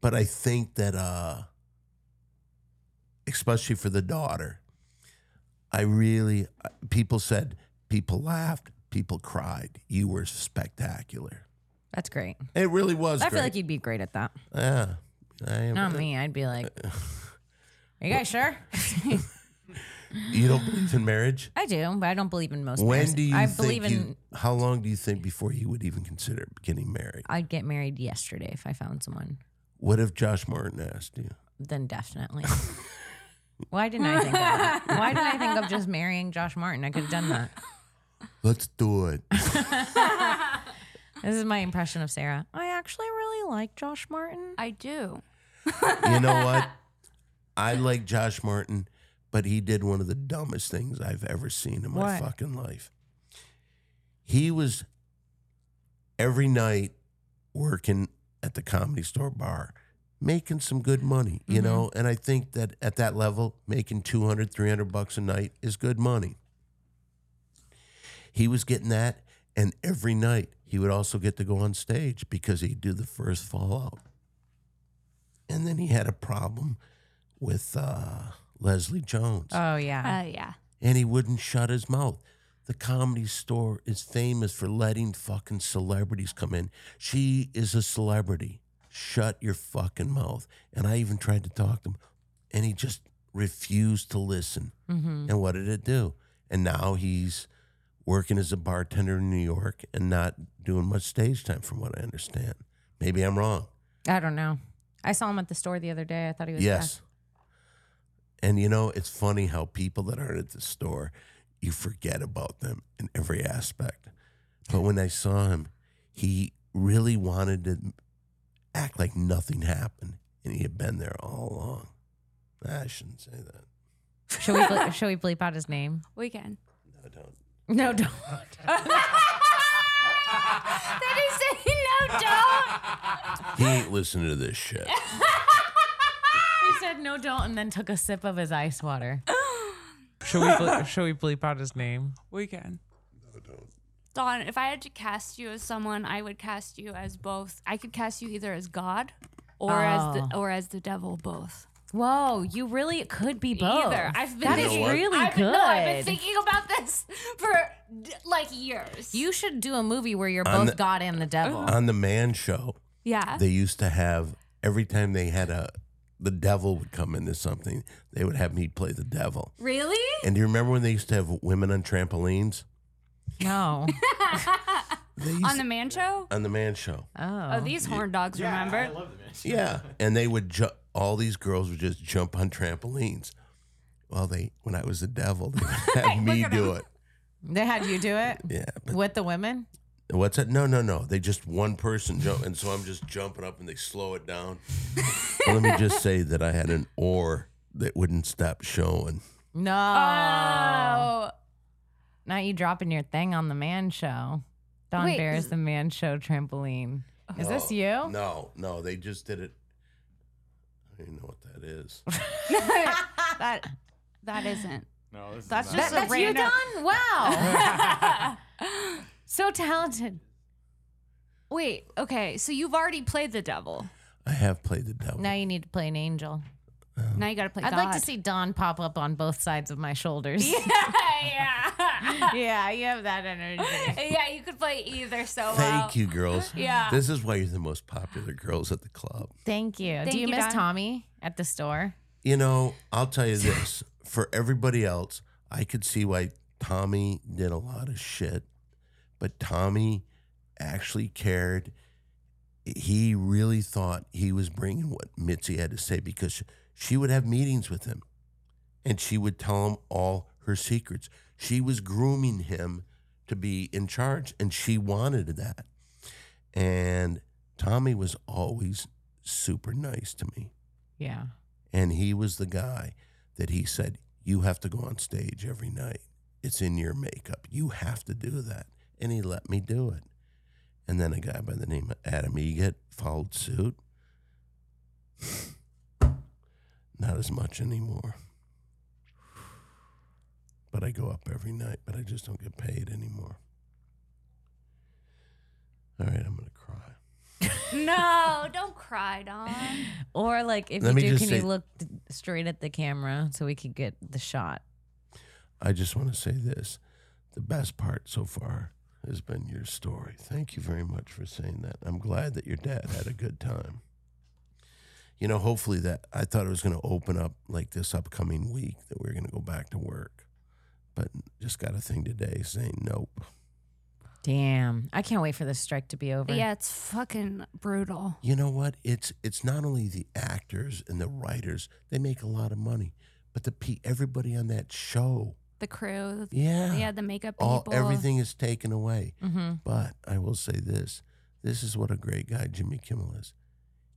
[SPEAKER 4] but I think that uh especially for the daughter, I really uh, people said people laughed, people cried. You were spectacular.
[SPEAKER 2] That's great.
[SPEAKER 4] It really was.
[SPEAKER 2] I feel
[SPEAKER 4] great.
[SPEAKER 2] like you'd be great at that.
[SPEAKER 4] yeah. I am.
[SPEAKER 2] Not me. I'd be
[SPEAKER 4] (laughs)
[SPEAKER 2] like, Are you guys sure? (laughs)
[SPEAKER 4] You don't believe in marriage?
[SPEAKER 2] I do, but (laughs) I don't believe in most.
[SPEAKER 4] When
[SPEAKER 2] marriages.
[SPEAKER 4] do you
[SPEAKER 2] I
[SPEAKER 4] think
[SPEAKER 2] believe in.
[SPEAKER 4] you, how long do you think before you would even consider getting married?
[SPEAKER 2] I'd get married yesterday if I found someone.
[SPEAKER 4] What if Josh Martin asked you?
[SPEAKER 2] Then definitely. Why didn't I think of that? Why didn't I think of just marrying Josh Martin? I could have done that.
[SPEAKER 4] Let's do it.
[SPEAKER 2] This is my impression of Sarah. I actually really like Josh Martin.
[SPEAKER 3] I do.
[SPEAKER 4] you know what? I like Josh Martin, but he did one of the dumbest things I've ever seen in my
[SPEAKER 2] What?
[SPEAKER 4] fucking life. He was every night working at the comedy store bar, making some good money, you know? And I think that at that level, making 200, 300 bucks a night is good money. He was getting that, and every night he would also get to go on stage because he'd do the first fallout. And then he had a problem with uh, Leslie Jones
[SPEAKER 2] Oh yeah.
[SPEAKER 3] Uh, yeah.
[SPEAKER 4] and he wouldn't shut his mouth. The comedy store is famous for letting fucking celebrities come in. She is a celebrity. Shut your fucking mouth. And I even tried to talk to him, and he just refused to listen.
[SPEAKER 2] Mm-hmm.
[SPEAKER 4] And what did it do? And now he's working as a bartender in New York and not doing much stage time, from what I understand. Maybe I'm wrong.
[SPEAKER 2] I don't know. I saw him at the store the other day. I thought he was
[SPEAKER 4] Yes. And you know, it's funny how people that aren't at the store, you forget about them in every aspect. But when I saw him, he really wanted to act like nothing happened and he had been there all along. I shouldn't say that.
[SPEAKER 2] back. Should we ble- (laughs) should we bleep out his name?
[SPEAKER 3] We can.
[SPEAKER 4] No, don't.
[SPEAKER 2] No, don't.
[SPEAKER 3] Did he say no, don't?
[SPEAKER 4] He ain't listening to
[SPEAKER 2] (laughs)
[SPEAKER 4] this shit.
[SPEAKER 2] he said no, don't, and then took a sip of his ice water.
[SPEAKER 7] (gasps) Should we ble- should we bleep out his name?
[SPEAKER 8] We can.
[SPEAKER 3] Dawn, if I had to cast you as someone, I would cast you as both. I could cast you either as God or as the or as the devil, both.
[SPEAKER 2] Whoa, you really could be both.
[SPEAKER 3] Either. I've been
[SPEAKER 2] That is
[SPEAKER 3] thinking,
[SPEAKER 2] really
[SPEAKER 3] I've
[SPEAKER 2] good.
[SPEAKER 3] Been, no, I've been thinking about this (laughs) for d- like years.
[SPEAKER 2] you should do a movie where you're
[SPEAKER 4] On
[SPEAKER 2] both
[SPEAKER 4] the-
[SPEAKER 2] God and the (laughs) devil.
[SPEAKER 4] On the man show,
[SPEAKER 3] yeah.
[SPEAKER 4] they used to have every time they had a the devil would come into something, they would have me play the devil.
[SPEAKER 3] really?
[SPEAKER 4] And do you remember when they used to have women on trampolines?
[SPEAKER 2] (laughs) no.
[SPEAKER 4] They used
[SPEAKER 3] On the man show?
[SPEAKER 4] on the man show.
[SPEAKER 2] Oh.
[SPEAKER 3] Oh, these horn dogs, remember?
[SPEAKER 4] Yeah, and they would ju- all these girls would just jump on trampolines. Well, they when I was the devil,
[SPEAKER 3] (laughs)
[SPEAKER 4] they would have me do it.
[SPEAKER 2] They had you do it
[SPEAKER 4] Yeah, but
[SPEAKER 2] with the women?
[SPEAKER 4] what's that? No, no, no. They just one person jump, and so I'm just jumping up, and they slow
[SPEAKER 3] (laughs)
[SPEAKER 4] it down. Well, let me just say that I had an oar that wouldn't stop showing.
[SPEAKER 2] No.
[SPEAKER 3] Oh.
[SPEAKER 2] Not you dropping your thing on the man show. Don
[SPEAKER 3] Wait,
[SPEAKER 2] Bear
[SPEAKER 3] is-
[SPEAKER 2] is the man show trampoline. Is this
[SPEAKER 4] Oh,
[SPEAKER 2] you?
[SPEAKER 4] No, no, they just did it. I don't even know what that is.
[SPEAKER 3] That that isn't.
[SPEAKER 7] No, this
[SPEAKER 8] That's
[SPEAKER 7] is
[SPEAKER 8] just
[SPEAKER 2] That's
[SPEAKER 8] a
[SPEAKER 2] you,
[SPEAKER 8] random.
[SPEAKER 2] Don? Wow. so talented.
[SPEAKER 3] (laughs) Wait, okay. So you've already played the devil.
[SPEAKER 4] I have played the devil.
[SPEAKER 2] Now you need to play an angel.
[SPEAKER 4] Oh.
[SPEAKER 3] Now you got to play
[SPEAKER 2] I'd
[SPEAKER 3] God.
[SPEAKER 2] like to see Don pop up on both sides of my shoulders.
[SPEAKER 3] yeah.
[SPEAKER 2] (laughs) yeah, you have that (laughs) energy.
[SPEAKER 3] (laughs) yeah, you could play either so uh, well.
[SPEAKER 4] Thank you, girls.
[SPEAKER 3] Yeah.
[SPEAKER 4] This is why you're the most popular girls at the club.
[SPEAKER 2] Thank you.
[SPEAKER 3] Thank
[SPEAKER 2] Do you,
[SPEAKER 3] you,
[SPEAKER 2] miss
[SPEAKER 3] Don.
[SPEAKER 2] Tommy at the store?
[SPEAKER 4] You know, I'll tell you this for everybody else, I could see why Tommy did a lot of shit, but Tommy actually cared. He really thought he was bringing what Mitzi had to say because she would have meetings with him and she would tell him all her secrets. She was grooming him to be in charge and she wanted that. And Tommy was always super nice to me
[SPEAKER 2] Yeah.
[SPEAKER 4] and he was the guy that he said you have to go on stage every night it's in your makeup you have to do that and he let me do it and then a guy by the name of adam egett followed suit not as much anymore but i go up every night but i just don't get paid anymore all right i'm gonna cry
[SPEAKER 3] No, don't cry, Don.
[SPEAKER 2] Or like, if
[SPEAKER 4] Let me
[SPEAKER 2] you do,
[SPEAKER 4] just
[SPEAKER 2] can you
[SPEAKER 4] say-
[SPEAKER 2] look d- straight at the camera so we could get the shot?
[SPEAKER 4] I just want to say this. The best part so far has been your story. Thank you very much for saying that. I'm glad that your dad had a good time. You know, hopefully that I thought it was going to open up like this upcoming week that we are going to go back to work. But just got a thing today saying nope.
[SPEAKER 2] Damn, I can't wait for this strike to be over.
[SPEAKER 3] Yeah, it's fucking brutal.
[SPEAKER 4] You know what? It's it's not only the actors and the writers, they make a lot of money, but the pe- everybody on that show.
[SPEAKER 3] The crew, the,
[SPEAKER 4] Yeah.
[SPEAKER 3] yeah, the makeup
[SPEAKER 4] all
[SPEAKER 3] people.
[SPEAKER 4] everything is taken away.
[SPEAKER 2] Mm-hmm.
[SPEAKER 4] But I will say this this is what a great guy Jimmy Kimmel is.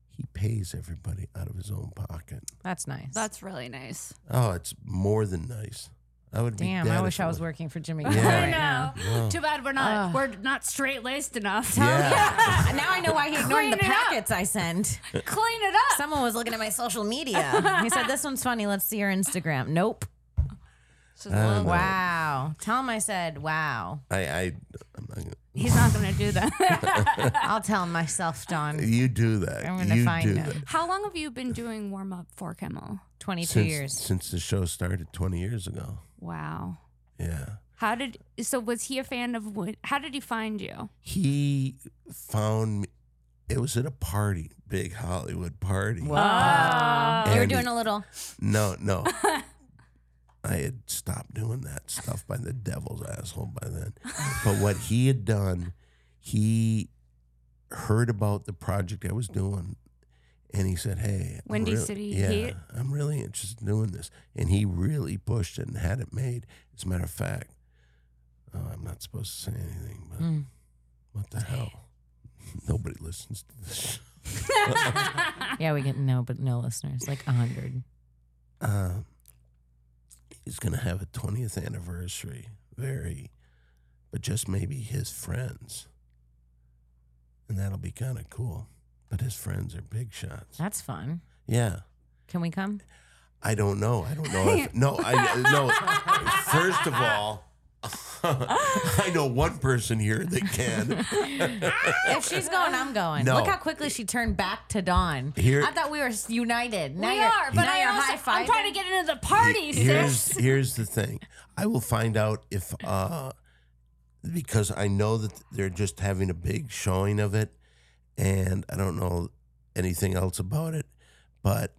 [SPEAKER 4] He pays everybody out of his own pocket.
[SPEAKER 2] That's nice.
[SPEAKER 3] That's really nice.
[SPEAKER 4] Oh, it's more than nice. I would
[SPEAKER 2] Damn,
[SPEAKER 4] be dead
[SPEAKER 2] I
[SPEAKER 4] if
[SPEAKER 2] wish
[SPEAKER 4] it
[SPEAKER 2] I was
[SPEAKER 4] wasn't-
[SPEAKER 2] working for Jimmy.
[SPEAKER 4] Yeah.
[SPEAKER 2] Kimmel
[SPEAKER 4] I
[SPEAKER 2] right now.
[SPEAKER 4] (laughs) Yeah.
[SPEAKER 3] Too bad we're not we're not straight laced enough.
[SPEAKER 4] Yeah. (laughs)
[SPEAKER 2] Uh, now I know why he ignored
[SPEAKER 3] Clean
[SPEAKER 2] the
[SPEAKER 3] it up.
[SPEAKER 2] packets I sent.
[SPEAKER 3] Clean it
[SPEAKER 2] (laughs)
[SPEAKER 3] up.
[SPEAKER 2] Someone was looking at my social media. He said, "This one's funny. Let's see your Instagram." Nope. (laughs)
[SPEAKER 8] This is
[SPEAKER 4] Uh,
[SPEAKER 8] long.
[SPEAKER 2] Wow. Tell him I said wow.
[SPEAKER 4] I, I I'm not gonna,
[SPEAKER 3] He's not gonna do
[SPEAKER 4] (laughs)
[SPEAKER 3] that.
[SPEAKER 2] I'll tell him myself, Don.
[SPEAKER 4] you do that.
[SPEAKER 2] I'm gonna
[SPEAKER 4] you
[SPEAKER 2] find
[SPEAKER 4] do
[SPEAKER 2] him.
[SPEAKER 4] that.
[SPEAKER 3] How long have you been doing warm up for Kimmel?
[SPEAKER 2] 22
[SPEAKER 4] Since,
[SPEAKER 2] years.
[SPEAKER 4] since the show started 20 years ago.
[SPEAKER 3] Wow.
[SPEAKER 4] Yeah.
[SPEAKER 3] How did so was he a fan of what? How did he find you?
[SPEAKER 4] He found me. It was at a party, big Hollywood party.
[SPEAKER 2] Wow.
[SPEAKER 4] And
[SPEAKER 2] you were
[SPEAKER 4] it-
[SPEAKER 2] doing a little.
[SPEAKER 4] No, no. I had stopped doing that stuff by the devil's asshole by then. But what he had done, he heard about the project I was doing and he said, Hey, I'm
[SPEAKER 3] Windy
[SPEAKER 4] really-
[SPEAKER 3] City
[SPEAKER 4] yeah,
[SPEAKER 3] Heat?
[SPEAKER 4] I'm really interested in doing this. And he really pushed it and had it made. As a matter of fact, oh, I'm not supposed to say anything, but
[SPEAKER 2] Mm.
[SPEAKER 4] what the hell? Nobody listens to this.
[SPEAKER 2] Yeah, we get no, but no listeners, like 100.
[SPEAKER 4] uh, he's going to have a 20th anniversary. Very, but just maybe his friends. And that'll be kind of cool. But his friends are big shots.
[SPEAKER 2] That's fun.
[SPEAKER 4] Yeah.
[SPEAKER 2] Can we come?
[SPEAKER 4] I don't know. I don't know if. No, I. No. First of all, (laughs) I know one person here that can.
[SPEAKER 2] If she's going, I'm going.
[SPEAKER 4] No.
[SPEAKER 2] Look how quickly she turned back to Dawn.
[SPEAKER 4] Here-
[SPEAKER 2] I thought we were s- united. Now
[SPEAKER 3] we
[SPEAKER 2] you're,
[SPEAKER 3] are, but
[SPEAKER 2] now
[SPEAKER 3] I
[SPEAKER 2] you're
[SPEAKER 3] also, I'm
[SPEAKER 2] high-fiving.
[SPEAKER 3] trying to get into the party. sis.
[SPEAKER 4] Here's here's the thing. I will find out if uh because I know that they're just having a big showing of it and I don't know anything else about it, but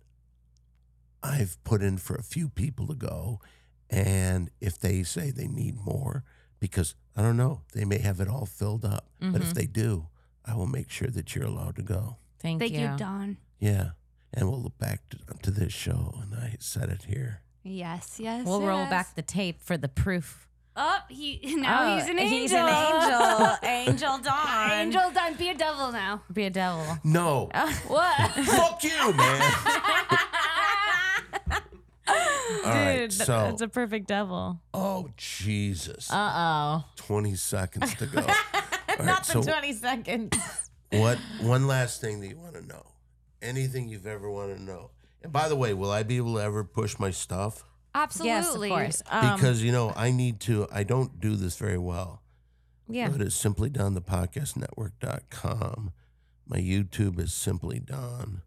[SPEAKER 4] I've put in for a few people to go and if they say they need more because I don't know, they may have it all filled up. But
[SPEAKER 3] Mm-hmm.
[SPEAKER 4] if they do, I will make sure that you're allowed to go.
[SPEAKER 2] Thank,
[SPEAKER 3] Thank
[SPEAKER 2] you.
[SPEAKER 3] you, Don.
[SPEAKER 4] Yeah. And we'll look back to, to this show and I said it here.
[SPEAKER 3] Yes, yes.
[SPEAKER 2] We'll roll
[SPEAKER 3] yes.
[SPEAKER 2] back the tape for the proof.
[SPEAKER 3] Oh, he now
[SPEAKER 2] Oh,
[SPEAKER 3] he's an angel.
[SPEAKER 2] He's an
[SPEAKER 3] (laughs)
[SPEAKER 2] angel. angel Dawn.
[SPEAKER 3] Angel Don, be a devil now.
[SPEAKER 2] Be a devil.
[SPEAKER 4] No.
[SPEAKER 3] Oh. What?
[SPEAKER 4] Fuck
[SPEAKER 2] (laughs)
[SPEAKER 4] you, man. All
[SPEAKER 3] (laughs)
[SPEAKER 4] right, so
[SPEAKER 2] That's a perfect devil.
[SPEAKER 4] oh Jesus,
[SPEAKER 2] Uh oh.
[SPEAKER 4] twenty
[SPEAKER 2] (laughs)
[SPEAKER 4] seconds to go. All right,
[SPEAKER 2] Not
[SPEAKER 4] so
[SPEAKER 2] the 20 (laughs) seconds.
[SPEAKER 4] what? One last thing that you want to know, anything you've ever want to know. And by the way, will I be able to ever push my stuff?
[SPEAKER 3] Absolutely.
[SPEAKER 2] yes, of course. Um,
[SPEAKER 4] Because you know, I need to. I don't do this very well.
[SPEAKER 2] yeah.
[SPEAKER 4] But it's simply Don the podcast network.com. My YouTube is simply Don.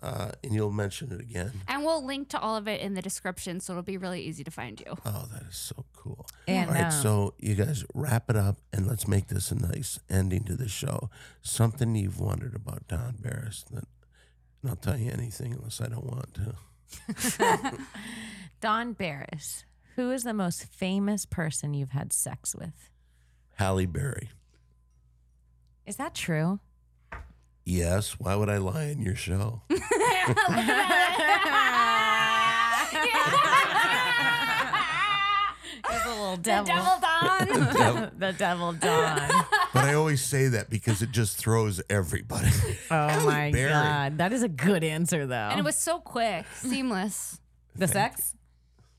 [SPEAKER 4] Uh, and you'll mention it again.
[SPEAKER 3] And we'll link to all of it in the description, so it'll be really easy to find you.
[SPEAKER 4] Oh, that is so cool.
[SPEAKER 2] Yeah,
[SPEAKER 4] All right,
[SPEAKER 2] no.
[SPEAKER 4] so you guys wrap it up and let's make this a nice ending to the show. Something you've wondered about Don Barris that and I'll tell you anything unless I don't want to.
[SPEAKER 2] Don Barris, who is the most famous person you've had sex with?
[SPEAKER 4] Halle Berry.
[SPEAKER 2] Is that true?
[SPEAKER 4] Yes, why would I lie in
[SPEAKER 2] (laughs)
[SPEAKER 4] your show? (laughs)
[SPEAKER 2] There's a little devil. (laughs)
[SPEAKER 3] Don.
[SPEAKER 2] the devil Don.
[SPEAKER 4] but I always say that because it just throws everybody.
[SPEAKER 2] (laughs)
[SPEAKER 4] (laughs)
[SPEAKER 2] Oh my
[SPEAKER 4] Berry.
[SPEAKER 2] god, that is a good answer though.
[SPEAKER 3] and it was so quick, seamless.
[SPEAKER 2] the sex.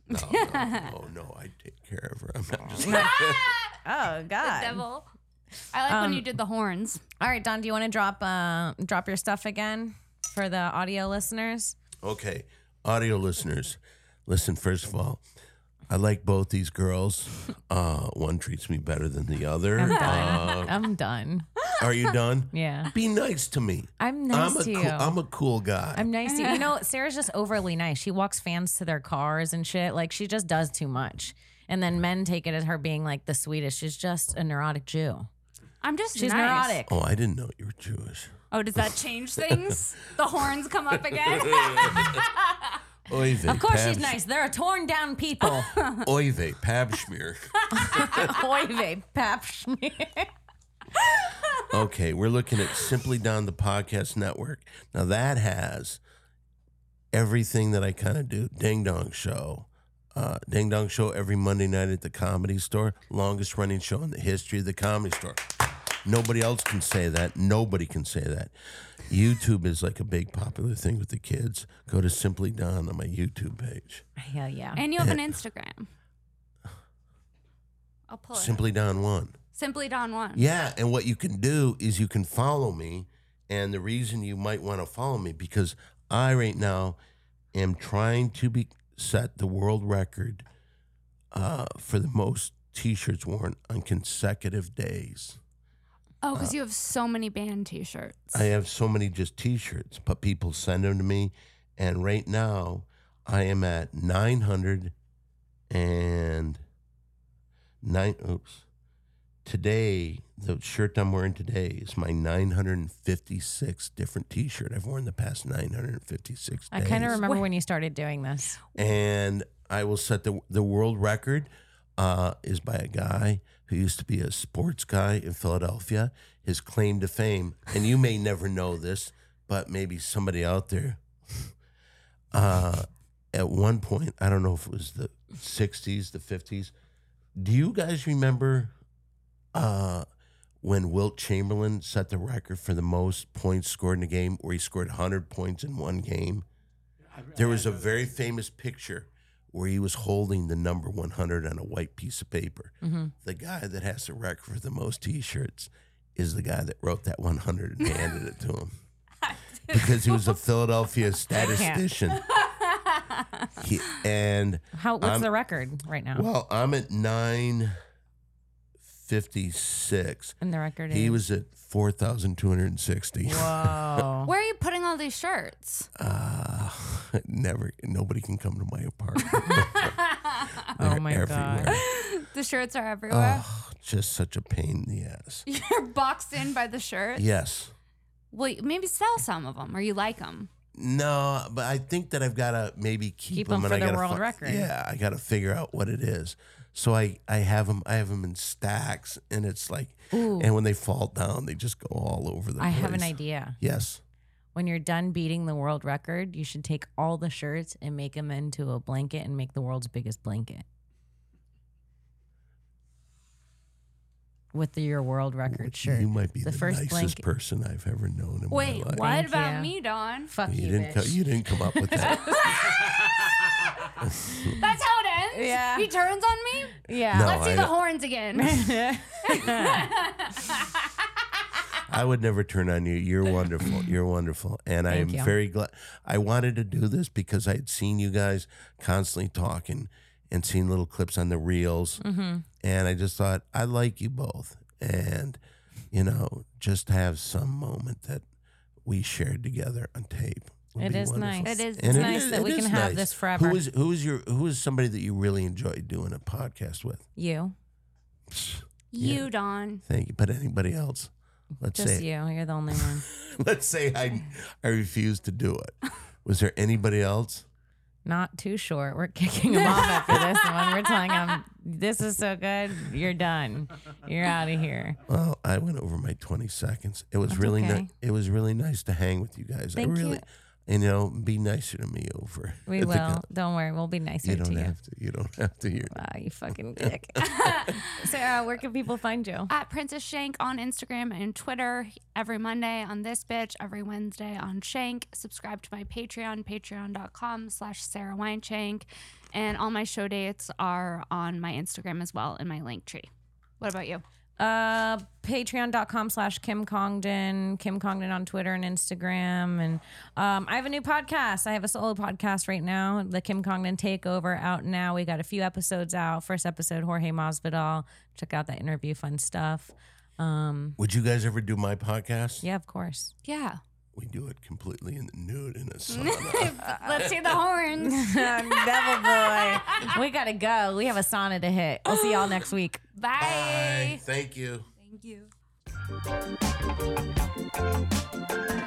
[SPEAKER 4] No, no, no, no, I take care of her. I'm
[SPEAKER 2] (laughs)
[SPEAKER 4] not just like,
[SPEAKER 3] (laughs)
[SPEAKER 2] Oh god.
[SPEAKER 3] Devil. I like
[SPEAKER 2] Um,
[SPEAKER 3] when you did the horns.
[SPEAKER 2] All right, Don, do you want to drop uh, drop your stuff again for the audio listeners?
[SPEAKER 4] Okay, audio listeners, listen. First of all, I like both
[SPEAKER 2] (laughs)
[SPEAKER 4] these girls. Uh, one treats me better than the other. Uh,
[SPEAKER 2] (laughs) I'm done.
[SPEAKER 4] are you done?
[SPEAKER 2] (laughs) Yeah.
[SPEAKER 4] Be nice to me.
[SPEAKER 2] I'm nice
[SPEAKER 4] I'm a
[SPEAKER 2] to you.
[SPEAKER 4] Cool, I'm a cool guy.
[SPEAKER 2] I'm nice to you. You
[SPEAKER 3] (laughs)
[SPEAKER 2] know, Sarah's just overly nice. She walks fans to their cars and shit. Like she just does too much. And then men take it as her being like the sweetest. She's just a neurotic Jew.
[SPEAKER 3] I'm just
[SPEAKER 2] She's
[SPEAKER 3] nice.
[SPEAKER 2] neurotic.
[SPEAKER 4] oh, I didn't know you were Jewish.
[SPEAKER 3] Oh, does that
[SPEAKER 2] (laughs)
[SPEAKER 3] change things? the horns come up again.
[SPEAKER 4] Oy
[SPEAKER 2] Of course she's nice. They're a torn down
[SPEAKER 3] (laughs)
[SPEAKER 2] people.
[SPEAKER 4] Oy
[SPEAKER 2] (laughs)
[SPEAKER 4] vey, Pabschmier.
[SPEAKER 2] Oy vey, pap schmear.
[SPEAKER 4] Okay, we're looking at Simply Don the Podcast Network. Now that has everything that I kind of do. Ding Dong Show. Uh, Ding Dong Show every Monday night at the Comedy Store. Longest running show in the history of the Comedy Store. Nobody else can say that. Nobody can say that. YouTube is like a big popular thing with the kids. Go to Simply Don on my YouTube page.
[SPEAKER 2] Hell (laughs) yeah.
[SPEAKER 3] and you have an Instagram. I'll pull it. up.
[SPEAKER 4] Simply Don 1.
[SPEAKER 3] Simply Don One.
[SPEAKER 4] Yeah, and what you can do is you can follow me, and the reason you might want to follow me because I right now am trying to be set the world record uh, for the most T-shirts worn on consecutive days.
[SPEAKER 3] Oh, because you have so many band T-shirts.
[SPEAKER 4] I have so many just T-shirts, but people send them to me, and right now I am at nine hundred and nine. Oops. Today, the shirt I'm wearing today is my 956 different T-shirt I've worn the past 956
[SPEAKER 2] I kind of
[SPEAKER 4] days
[SPEAKER 2] remember when you started doing this.
[SPEAKER 4] and I will set the the world record uh, is by a guy who used to be a sports guy in Philadelphia. His claim to fame, and you may never know this, but maybe somebody out there. Uh, at one point, I don't know if it was the '60s, the '50s. Do you guys remember uh, when Wilt Chamberlain set the record for the most points scored in a game, where he scored 100 points in one game? There was a very famous picture where he was holding the number 100 on a white piece of paper. The guy that has the record for the most t shirts is the guy that wrote that 100 and handed it to him because he was a Philadelphia statistician. He- and
[SPEAKER 2] How? What's
[SPEAKER 4] I'm-
[SPEAKER 2] the record right now?
[SPEAKER 4] well, I'm at 956.
[SPEAKER 2] and the record
[SPEAKER 4] He
[SPEAKER 2] is. (laughs)
[SPEAKER 4] was at 4,260. (laughs)
[SPEAKER 2] Whoa.
[SPEAKER 3] Where are you putting all these shirts?
[SPEAKER 4] Uh, (laughs) never, nobody can come to my apartment.
[SPEAKER 2] (laughs)
[SPEAKER 4] (laughs)
[SPEAKER 2] oh
[SPEAKER 4] They're
[SPEAKER 2] my
[SPEAKER 4] everywhere.
[SPEAKER 2] god.
[SPEAKER 3] The shirts are everywhere.
[SPEAKER 4] Oh, just such a pain in the ass.
[SPEAKER 3] (laughs) You're boxed in by the shirts.
[SPEAKER 4] Yes.
[SPEAKER 3] Well, maybe sell some of them, or you like them.
[SPEAKER 4] No, but I think that I've got to maybe keep,
[SPEAKER 2] Keep
[SPEAKER 4] 'em
[SPEAKER 2] 'em
[SPEAKER 4] and
[SPEAKER 2] for
[SPEAKER 4] I
[SPEAKER 2] the
[SPEAKER 4] gotta
[SPEAKER 2] world
[SPEAKER 4] fi-
[SPEAKER 2] record.
[SPEAKER 4] Yeah, I got to figure out what it is. So I, I have them I have 'em in stacks and it's like
[SPEAKER 2] Ooh.
[SPEAKER 4] and when they fall down they just go all over the
[SPEAKER 2] I
[SPEAKER 4] place.
[SPEAKER 2] have an idea.
[SPEAKER 4] Yes.
[SPEAKER 2] When you're done beating the world record, you should take all the shirts and make them into a blanket and make the world's biggest blanket. With the, your world record shirt.
[SPEAKER 4] You might be the,
[SPEAKER 2] the first
[SPEAKER 4] nicest
[SPEAKER 2] blanket.
[SPEAKER 4] person I've ever known in
[SPEAKER 3] Wait,
[SPEAKER 4] my life.
[SPEAKER 3] what
[SPEAKER 2] Thank
[SPEAKER 3] about
[SPEAKER 2] you.
[SPEAKER 3] me, Dawn?
[SPEAKER 2] Fuck
[SPEAKER 4] You
[SPEAKER 2] you,
[SPEAKER 4] didn't co-
[SPEAKER 2] bitch.
[SPEAKER 4] you didn't come up
[SPEAKER 3] (laughs)
[SPEAKER 4] with that.
[SPEAKER 3] That's how it ends.
[SPEAKER 2] Yeah.
[SPEAKER 3] He turns on me.
[SPEAKER 2] yeah.
[SPEAKER 4] No,
[SPEAKER 3] Let's do
[SPEAKER 4] I-
[SPEAKER 3] the
[SPEAKER 2] (laughs)
[SPEAKER 3] horns again.
[SPEAKER 4] I would never turn on you. You're wonderful.
[SPEAKER 2] (laughs)
[SPEAKER 4] You're wonderful. And I am
[SPEAKER 2] Thank you.
[SPEAKER 4] very glad. I wanted to do this because I had seen you guys constantly talking and seeing little clips on the reels.
[SPEAKER 2] Mm-hmm.
[SPEAKER 4] And I just thought, I like you both. And, you know, just have some moment that we shared together on tape. would
[SPEAKER 2] It
[SPEAKER 4] be
[SPEAKER 2] is
[SPEAKER 4] wonderful.
[SPEAKER 2] nice. It is-
[SPEAKER 4] And
[SPEAKER 2] it's nice that we
[SPEAKER 4] is
[SPEAKER 2] can have this forever.
[SPEAKER 4] Who is who is your who is somebody that you really enjoy doing a podcast with?
[SPEAKER 2] You.
[SPEAKER 3] you, Dawn.
[SPEAKER 4] Thank you. But anybody else? Let's
[SPEAKER 2] Just
[SPEAKER 4] say
[SPEAKER 2] you. You're the only one.
[SPEAKER 4] (laughs) let's say I I refused to do it. Was there anybody else?
[SPEAKER 2] Not too short. We're (laughs) kicking him off after this one. We're telling him, this is so good. You're done. You're out of here.
[SPEAKER 4] Well, I went over my 20 seconds. It was really ni-
[SPEAKER 2] okay.
[SPEAKER 4] it was really nice to hang with you guys.
[SPEAKER 2] Thank
[SPEAKER 4] I really
[SPEAKER 2] you.
[SPEAKER 4] you know, be nicer to me over.
[SPEAKER 2] We
[SPEAKER 4] at the
[SPEAKER 2] will.
[SPEAKER 4] co-
[SPEAKER 2] Don't worry. We'll be nicer
[SPEAKER 4] You
[SPEAKER 2] to
[SPEAKER 4] don't
[SPEAKER 2] you.
[SPEAKER 4] have to. You don't have to hear.
[SPEAKER 2] Wow, you fucking dick. (laughs) Sarah, uh, where can people find you?
[SPEAKER 3] At Princess Shank on Instagram and Twitter. Every Monday on this bitch. Every Wednesday on Shank. Subscribe to my Patreon, patreon.com slash Sarah Wineshank. And all my show dates are on my Instagram as well in my link tree. What about you?
[SPEAKER 2] Uh, Patreon.com slash Kim Congdon, Kim Congdon on Twitter and Instagram. And um, I have a new podcast. I have a solo podcast right now, The Kim Congdon Takeover, out now. We got a few episodes out. First episode, Jorge Masvidal. Check out that interview, fun stuff. Um,
[SPEAKER 4] Would you guys ever do my podcast?
[SPEAKER 2] yeah, of course.
[SPEAKER 3] Yeah.
[SPEAKER 4] We do it completely in the
[SPEAKER 2] (laughs)
[SPEAKER 4] nude in a sauna.
[SPEAKER 3] Let's see the horns.
[SPEAKER 2] Devil boy. (laughs) we got to go. We have a sauna to hit. We'll see y'all next week.
[SPEAKER 3] Bye.
[SPEAKER 4] Thank you.
[SPEAKER 3] Thank you.